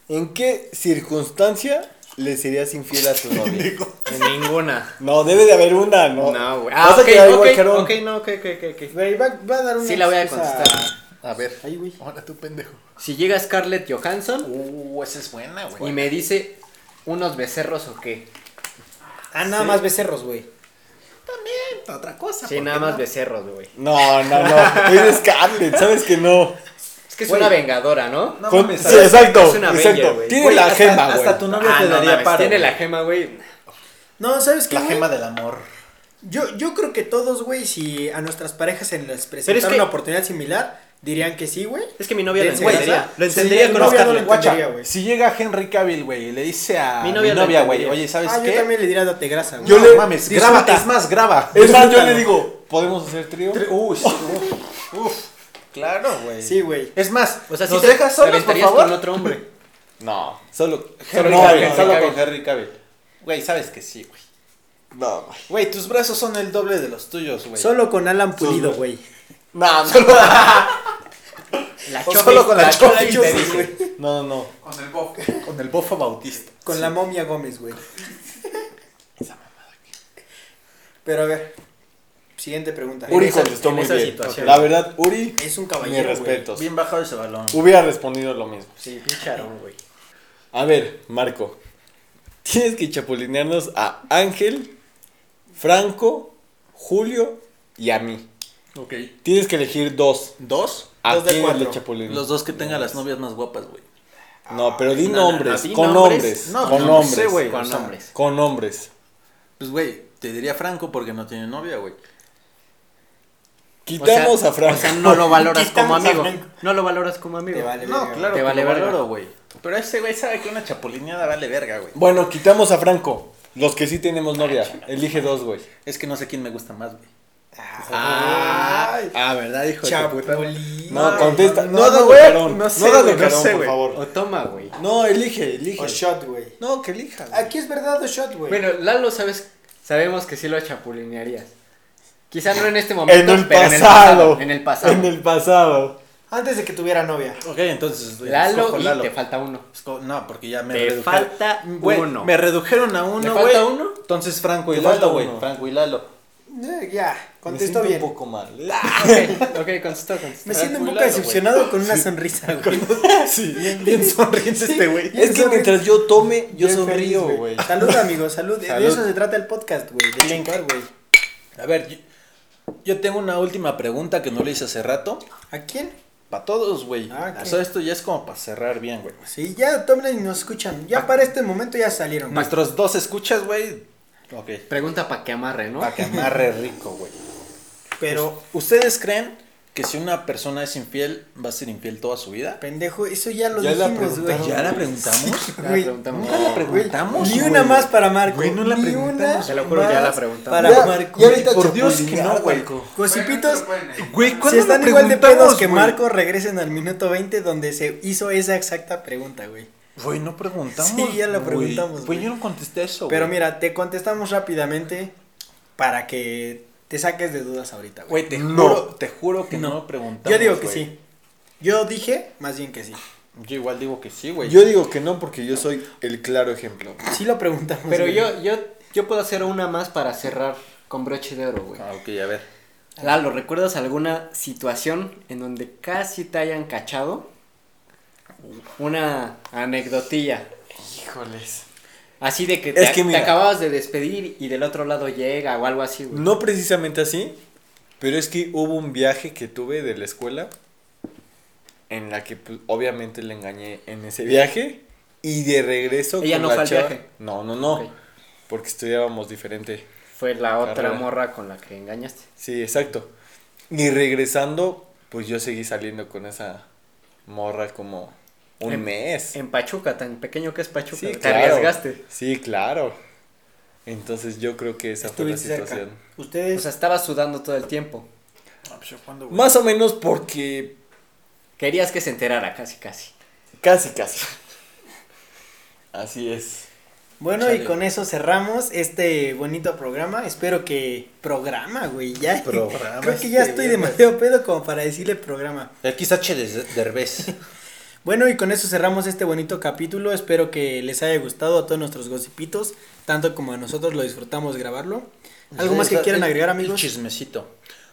Speaker 4: ¿En qué circunstancia le serías infiel a tu novia?
Speaker 3: Ninguna.
Speaker 4: no, debe de haber una, ¿no?
Speaker 3: No, güey. Ah,
Speaker 4: Vas a
Speaker 3: ok,
Speaker 4: quedar igual
Speaker 3: ok,
Speaker 4: que Aarón.
Speaker 3: ok, no, ok, ok, ok, ok.
Speaker 1: Güey, va, va a dar una
Speaker 3: Sí la voy a
Speaker 1: excusa-
Speaker 3: contestar.
Speaker 7: A ver.
Speaker 1: Ay, güey.
Speaker 7: Ahora tú, pendejo.
Speaker 3: Si llega Scarlett Johansson
Speaker 7: Uh, esa es buena, güey.
Speaker 3: y me dice unos becerros o qué.
Speaker 1: Ah, nada más becerros, güey.
Speaker 7: Otra cosa.
Speaker 3: Sí,
Speaker 7: ¿por
Speaker 3: nada
Speaker 7: qué
Speaker 3: más
Speaker 7: no?
Speaker 3: becerros, güey.
Speaker 4: No, no, no. Eres Scarlett, sabes que no.
Speaker 3: Es que es
Speaker 7: Güey.
Speaker 3: una vengadora, ¿no?
Speaker 7: No
Speaker 4: Con-
Speaker 7: mames,
Speaker 4: sí, exacto,
Speaker 3: Es una Avenger,
Speaker 4: exacto.
Speaker 3: güey.
Speaker 4: Tiene
Speaker 7: Güey,
Speaker 4: la
Speaker 7: hasta-
Speaker 4: gema, güey.
Speaker 7: Hasta tu novia
Speaker 3: Ah,
Speaker 7: te
Speaker 3: no
Speaker 7: daría
Speaker 3: mames,
Speaker 7: paro.
Speaker 3: Tiene
Speaker 7: güey.
Speaker 3: la gema, güey.
Speaker 1: No, ¿sabes qué?
Speaker 7: La
Speaker 1: güey?
Speaker 7: gema del amor.
Speaker 1: Yo, yo creo que todos, güey, si a nuestras parejas se les presentara
Speaker 3: que-
Speaker 1: una oportunidad similar, dirían que sí, güey.
Speaker 3: Es que mi novia lo
Speaker 1: Dense, güey,
Speaker 3: entendería.
Speaker 1: ¿verdad?
Speaker 3: Lo
Speaker 1: Sí,
Speaker 3: entendería
Speaker 1: mi
Speaker 3: con
Speaker 1: novia no lo
Speaker 3: Scarlett.
Speaker 1: entendería,
Speaker 7: Guacha,
Speaker 1: güey.
Speaker 7: si llega Henry Cavill, güey, y le dice a
Speaker 3: Mi
Speaker 7: mi
Speaker 3: novia lo
Speaker 7: novia, güey,
Speaker 3: entendería.
Speaker 7: oye, ¿sabes
Speaker 1: Ah,
Speaker 7: qué?
Speaker 1: yo también le diría date grasa, güey.
Speaker 7: Yo
Speaker 4: le-
Speaker 7: le mames, graba,
Speaker 4: disfruta.
Speaker 7: es más, graba.
Speaker 4: Es más, yo le digo, ¿podemos hacer trío?
Speaker 7: Uy, sí, uf, uf, claro, güey.
Speaker 1: Sí, güey.
Speaker 7: Es más,
Speaker 3: O sea, si
Speaker 7: ¿nos
Speaker 3: te,
Speaker 7: dejas
Speaker 3: te
Speaker 7: solos, por
Speaker 3: aventarías
Speaker 7: favor?
Speaker 3: con otro hombre.
Speaker 4: No, solo,
Speaker 3: Solo
Speaker 4: no,
Speaker 3: Henry
Speaker 4: güey,
Speaker 3: Cavill.
Speaker 4: solo con Henry Cavill.
Speaker 7: Güey, sabes que sí, güey.
Speaker 4: No, güey.
Speaker 7: Güey, tus brazos son el doble de los tuyos, güey.
Speaker 1: Solo con Alan Pulido, güey.
Speaker 4: No, no,
Speaker 3: La
Speaker 7: O
Speaker 3: chofi,
Speaker 7: solo con la
Speaker 3: chofi,
Speaker 7: chofi,
Speaker 3: te
Speaker 7: güey.
Speaker 3: dije.
Speaker 4: no, no.
Speaker 7: Con el bofo. Con el bofo bautista.
Speaker 1: Con la momia Gómez, güey. Pero a ver. Siguiente pregunta.
Speaker 4: Uri
Speaker 3: En esa-
Speaker 4: contestó
Speaker 3: en
Speaker 4: muy
Speaker 3: esa
Speaker 4: bien.
Speaker 3: situación.
Speaker 4: La verdad, Uri,
Speaker 1: Es un
Speaker 4: mis
Speaker 1: caballero, güey.
Speaker 4: respetos.
Speaker 2: Bien bajado ese balón.
Speaker 4: Hubiera respondido lo mismo.
Speaker 3: Sí, picharon, güey.
Speaker 4: A ver, Marco. Tienes que chapulinearnos a Ángel, Franco, Julio y a mí.
Speaker 2: Ok.
Speaker 4: Tienes que elegir dos.
Speaker 2: ¿Dos?
Speaker 4: ¿A
Speaker 1: Dos de
Speaker 4: quién
Speaker 1: cuatro.
Speaker 4: le chapulineas?
Speaker 2: Los dos que tengan las novias más guapas, güey.
Speaker 4: No, pero di
Speaker 3: No, no, no,
Speaker 4: nombres.
Speaker 3: di
Speaker 4: con
Speaker 3: nombres.
Speaker 4: nombres.
Speaker 2: No, no,
Speaker 4: con
Speaker 2: no
Speaker 4: nombres.
Speaker 2: sé, güey.
Speaker 3: Con
Speaker 2: o sea,
Speaker 3: hombres.
Speaker 4: Con nombres.
Speaker 2: Pues, güey, te diría Franco porque no tiene novia, güey.
Speaker 3: O sea,
Speaker 4: Quitamos a Franco.
Speaker 3: O sea, no lo valoras como
Speaker 1: Quitamos a
Speaker 3: amigo.
Speaker 1: Franco.
Speaker 3: No lo valoras como amigo.
Speaker 1: Te vale
Speaker 2: No,
Speaker 1: verga,
Speaker 2: claro
Speaker 3: Te
Speaker 2: que
Speaker 3: vale
Speaker 2: lo
Speaker 3: verga.
Speaker 2: valoro, güey. Pero ese güey sabe que una chapulineada vale verga, güey.
Speaker 4: Bueno, quitamos a Franco. Los que sí tenemos novia. Elige dos, güey.
Speaker 2: Es que no sé quién me gusta más, güey.
Speaker 7: Ah, ¿verdad, hijo
Speaker 1: Chapulín.
Speaker 4: No, contesta. No,
Speaker 7: no,
Speaker 4: das
Speaker 7: güey,
Speaker 4: locarón.
Speaker 7: no
Speaker 4: No
Speaker 7: sé, güey,
Speaker 4: das
Speaker 7: no
Speaker 4: locarón,
Speaker 7: sé,
Speaker 4: por
Speaker 7: güey.
Speaker 4: favor.
Speaker 3: O toma, güey.
Speaker 4: No, elige, elige.
Speaker 1: O shot, güey.
Speaker 4: No, que elija. güey.
Speaker 1: Aquí es verdad o shot, güey.
Speaker 3: Bueno, Lalo, sabes, sabemos que sí lo chapulinearías. Quizá no en este momento,
Speaker 4: en el
Speaker 3: pero
Speaker 4: pasado.
Speaker 3: en el pasado. En
Speaker 4: En
Speaker 3: el pasado.
Speaker 4: el pasado.
Speaker 1: Antes de que tuviera novia.
Speaker 2: Ok, entonces. güey,
Speaker 3: Lalo,
Speaker 2: escojo
Speaker 3: y
Speaker 2: Lalo.
Speaker 3: te falta uno.
Speaker 2: (laughs) Esco- Pues, No, porque ya me
Speaker 3: Te
Speaker 2: redujeron.
Speaker 3: falta
Speaker 2: Güey,
Speaker 3: uno.
Speaker 2: Me redujeron a
Speaker 3: ¿Le
Speaker 2: uno, güey.
Speaker 3: falta uno?
Speaker 2: Entonces Franco y
Speaker 4: Te falta
Speaker 2: Lalo, güey.
Speaker 4: uno.
Speaker 2: Franco y Lalo.
Speaker 1: Eh, ya,
Speaker 4: Me
Speaker 1: contestó
Speaker 4: siento
Speaker 1: bien.
Speaker 4: un
Speaker 1: (laughs)
Speaker 4: poco mal.
Speaker 3: Ok, ok, contestó, contestó.
Speaker 1: Me siento un poco
Speaker 2: Calculado,
Speaker 1: decepcionado con una
Speaker 4: (laughs)
Speaker 1: sonrisa, güey.
Speaker 4: Sí, bien,
Speaker 1: Bien sonriente este güey.
Speaker 4: Es que mientras yo tome, yo
Speaker 1: Bien
Speaker 4: sonrío,
Speaker 1: feliz,
Speaker 4: güey.
Speaker 1: Salud, amigos, salud.
Speaker 4: Salud.
Speaker 1: De eso se trata el podcast, güey. De chingar, güey.
Speaker 2: A ver, yo, yo tengo una última pregunta que no le hice hace rato.
Speaker 1: ¿A quién?
Speaker 2: Para todos, güey.
Speaker 1: Ah, ok.
Speaker 2: o sea, esto ya es como para cerrar bien, güey.
Speaker 1: Sí, ya tomen y nos escuchan.
Speaker 4: Ah.
Speaker 1: Ya para este momento ya salieron. güey.
Speaker 2: Nuestros dos escuchas, güey. Ok.
Speaker 3: Pregunta para que amarre, ¿no?
Speaker 2: Para que amarre rico, güey.
Speaker 1: Pero,
Speaker 2: ¿Ustedes creen que si una persona es infiel, va a ser infiel toda su vida?
Speaker 1: pendejo, eso ya lo
Speaker 4: Ya la
Speaker 1: dijimos, güey.
Speaker 4: preguntaron.
Speaker 2: ¿Ya la preguntamos?
Speaker 3: Ya la
Speaker 1: Güey,
Speaker 3: preguntamos.
Speaker 2: ¿Nunca la preguntamos?
Speaker 1: Ni
Speaker 2: güey?
Speaker 1: una más para Marco.
Speaker 2: Güey, no la
Speaker 1: Ni
Speaker 2: preguntamos.
Speaker 1: una
Speaker 3: Te lo juro, ya la preguntamos.
Speaker 1: Para
Speaker 4: Ya-
Speaker 1: Marco.
Speaker 4: ya ahorita
Speaker 1: Por
Speaker 4: te
Speaker 1: Dios
Speaker 4: puedo
Speaker 1: que
Speaker 4: ligar,
Speaker 1: no, güey.
Speaker 4: Marco.
Speaker 1: Cosipitos,
Speaker 2: (laughs) Güey,
Speaker 1: si
Speaker 2: ¿cuándo
Speaker 1: están
Speaker 2: la
Speaker 1: igual de pedos que
Speaker 2: preguntamos, güey?
Speaker 1: Marco, regresen al minuto 20 donde se hizo esa exacta pregunta, güey.
Speaker 2: Güey, no preguntamos.
Speaker 1: Sí, ya la
Speaker 2: güey.
Speaker 1: preguntamos,
Speaker 2: Güey,
Speaker 1: güey.
Speaker 2: yo no contesté eso,
Speaker 1: Pero
Speaker 2: güey.
Speaker 1: mira, te contestamos rápidamente para que te saques de dudas ahorita, güey.
Speaker 2: Güey, te,
Speaker 4: No.
Speaker 2: juro, te juro que no, preguntamos.
Speaker 1: Yo digo que
Speaker 2: güey.
Speaker 1: sí. Yo dije, más bien que sí.
Speaker 2: Yo igual digo que sí, güey.
Speaker 4: Yo digo que no porque yo soy el claro ejemplo.
Speaker 1: Sí lo preguntamos.
Speaker 3: Pero
Speaker 1: güey.
Speaker 3: yo, yo, yo puedo hacer una más para cerrar con broche de oro, güey.
Speaker 2: Ah, ok, a ver.
Speaker 3: Lalo, ¿recuerdas alguna situación en donde casi te hayan cachado? Una anecdotilla.
Speaker 4: Híjoles.
Speaker 3: Así de que te,
Speaker 4: Es que
Speaker 3: te
Speaker 4: mira.
Speaker 3: acababas de despedir y del otro lado llega o algo así, güey.
Speaker 4: No precisamente así, pero es que hubo un viaje que tuve de la escuela en la que pues, obviamente le engañé en ese viaje y de regreso
Speaker 3: Ella
Speaker 4: con
Speaker 3: no
Speaker 4: la
Speaker 3: fue al
Speaker 4: chava-
Speaker 3: viaje.
Speaker 4: No, no, no.
Speaker 3: Ok.
Speaker 4: porque estudiábamos diferente.
Speaker 3: Fue la otra
Speaker 4: Carrera.
Speaker 3: morra con la que engañaste.
Speaker 4: Sí, exacto. Y regresando, pues yo seguí saliendo con esa morra como un
Speaker 3: Em-
Speaker 4: mes.
Speaker 3: En Pachuca, tan pequeño que es Pachuca.
Speaker 4: sí,
Speaker 3: te
Speaker 4: claro.
Speaker 3: arriesgaste.
Speaker 4: Sí, claro. Entonces yo creo que esa fue la
Speaker 1: Estuviste cerca.
Speaker 4: situación.
Speaker 1: Ustedes.
Speaker 3: O sea, estabas sudando todo el tiempo.
Speaker 7: Ah, pues yo cuando, güey.
Speaker 4: Más o menos porque
Speaker 3: Querías que se enterara, casi, casi.
Speaker 4: casi, casi. Así es.
Speaker 1: bueno, y
Speaker 2: Chale.
Speaker 1: con eso cerramos este bonito programa. Espero que. Programa, güey.
Speaker 2: (laughs)
Speaker 1: Ya.
Speaker 5: Programa,
Speaker 1: (laughs) Creo que ya
Speaker 5: este,
Speaker 1: estoy demasiado pedo como para decirle programa.
Speaker 2: Aquí está Che de Derbez.
Speaker 1: Bueno, y con eso cerramos este bonito capítulo. Espero que les haya gustado a todos nuestros gossipitos, tanto como a nosotros lo disfrutamos grabarlo. (laughs) ¿Algo más que
Speaker 2: Está-
Speaker 1: quieran
Speaker 2: el-
Speaker 1: agregar,
Speaker 2: el
Speaker 1: amigos?
Speaker 2: chismecito.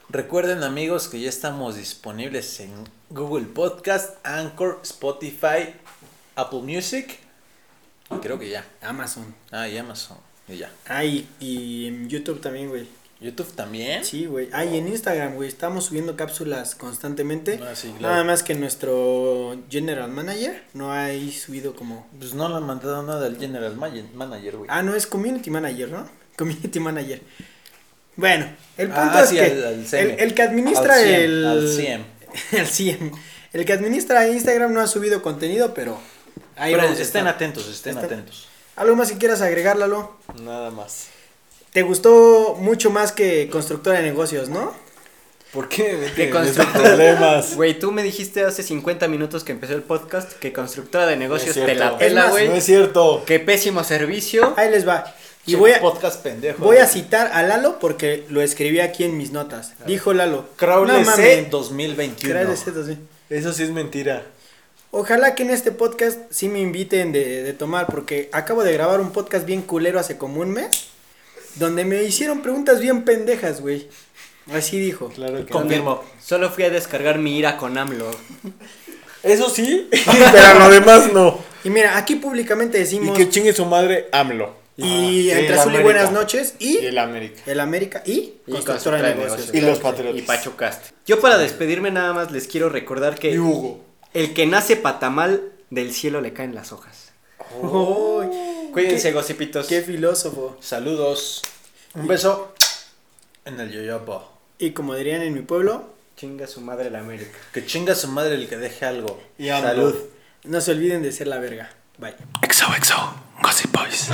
Speaker 2: Recuerden, amigos, que ya estamos disponibles en Google Podcast, Anchor, Spotify, Apple Music. y Creo que ya.
Speaker 1: Amazon.
Speaker 2: Ah, y Amazon. Y ya.
Speaker 1: Ah, y, y en YouTube también, güey.
Speaker 2: YouTube también.
Speaker 1: Sí, güey. Ah, y en Instagram, güey. Estamos subiendo cápsulas constantemente.
Speaker 2: Ah, sí, claro.
Speaker 1: Nada más que nuestro general manager no ha subido como...
Speaker 2: Pues no le han mandado nada al General Man- Manager, güey.
Speaker 1: Ah, no, es community manager, ¿no? (laughs) Community manager. Bueno, el punto
Speaker 2: Ah,
Speaker 1: es
Speaker 2: sí,
Speaker 1: que
Speaker 2: al- al CM.
Speaker 1: el, el que administra
Speaker 2: Al CM,
Speaker 1: el...
Speaker 2: al CM.
Speaker 1: (laughs) el CM. El que administra Instagram no ha subido contenido, pero... Ahí
Speaker 2: Pero
Speaker 1: vamos a
Speaker 2: estén
Speaker 1: estar.
Speaker 2: atentos, estén
Speaker 1: Está-
Speaker 2: atentos.
Speaker 1: ¿Algo más que quieras agregar, Lalo?
Speaker 4: Nada más.
Speaker 1: Te gustó mucho más que constructora de negocios, ¿no?
Speaker 4: ¿Por qué me meten
Speaker 3: ¿Qué
Speaker 4: en
Speaker 3: consta-
Speaker 4: esos (laughs) problemas?
Speaker 3: Güey, tú me dijiste hace 50 minutos que empezó el podcast que constructora de negocios
Speaker 4: No es
Speaker 3: te la
Speaker 4: cierto.
Speaker 3: pela,
Speaker 1: Es más,
Speaker 3: güey.
Speaker 4: No es cierto.
Speaker 3: Qué pésimo servicio.
Speaker 1: Ahí les va. Y
Speaker 7: Che,
Speaker 1: voy a,
Speaker 7: podcast pendejo.
Speaker 1: voy a citar a Lalo porque lo escribí aquí en mis notas. Dijo Lalo.
Speaker 4: Crowley
Speaker 1: no
Speaker 4: C.
Speaker 1: mames.
Speaker 2: 2021.
Speaker 1: Crowley C, 2000.
Speaker 4: Eso sí es mentira.
Speaker 1: Ojalá que en este podcast sí me inviten de, de tomar porque acabo de grabar un podcast bien culero hace como un mes donde me hicieron preguntas bien pendejas, güey. Así dijo.
Speaker 4: Claro que
Speaker 3: Confirmo. Solo fui a descargar mi ira con AMLO.
Speaker 4: Eso (laughs) sí, pero lo demás no.
Speaker 1: Y mira, aquí públicamente
Speaker 4: Y
Speaker 1: decimos
Speaker 4: que chingue su madre AMLO.
Speaker 1: y
Speaker 4: Ah, sí,
Speaker 1: entre
Speaker 4: la
Speaker 1: azul y
Speaker 4: América.
Speaker 1: buenas noches y,
Speaker 4: Y el América.
Speaker 1: el América y,
Speaker 3: Y
Speaker 1: constructora de negocios.
Speaker 4: Y los Patriotas.
Speaker 3: Y Pachucaste. Yo para despedirme nada más les quiero recordar que
Speaker 4: Y Hugo.
Speaker 3: el que nace patamal del cielo le caen las hojas.
Speaker 4: Oh,
Speaker 1: Uy,
Speaker 3: Cuídense, gocipitos.
Speaker 1: qué filósofo.
Speaker 2: Saludos. Un beso en el yoyopo.
Speaker 1: Y como dirían en mi pueblo,
Speaker 3: Chinga su madre la América.
Speaker 2: Que chinga su madre el que deje algo.
Speaker 4: Y AMLO.
Speaker 2: Salud.
Speaker 1: no se olviden de ser la verga. Bye.
Speaker 2: XOXO, Gossip Boys.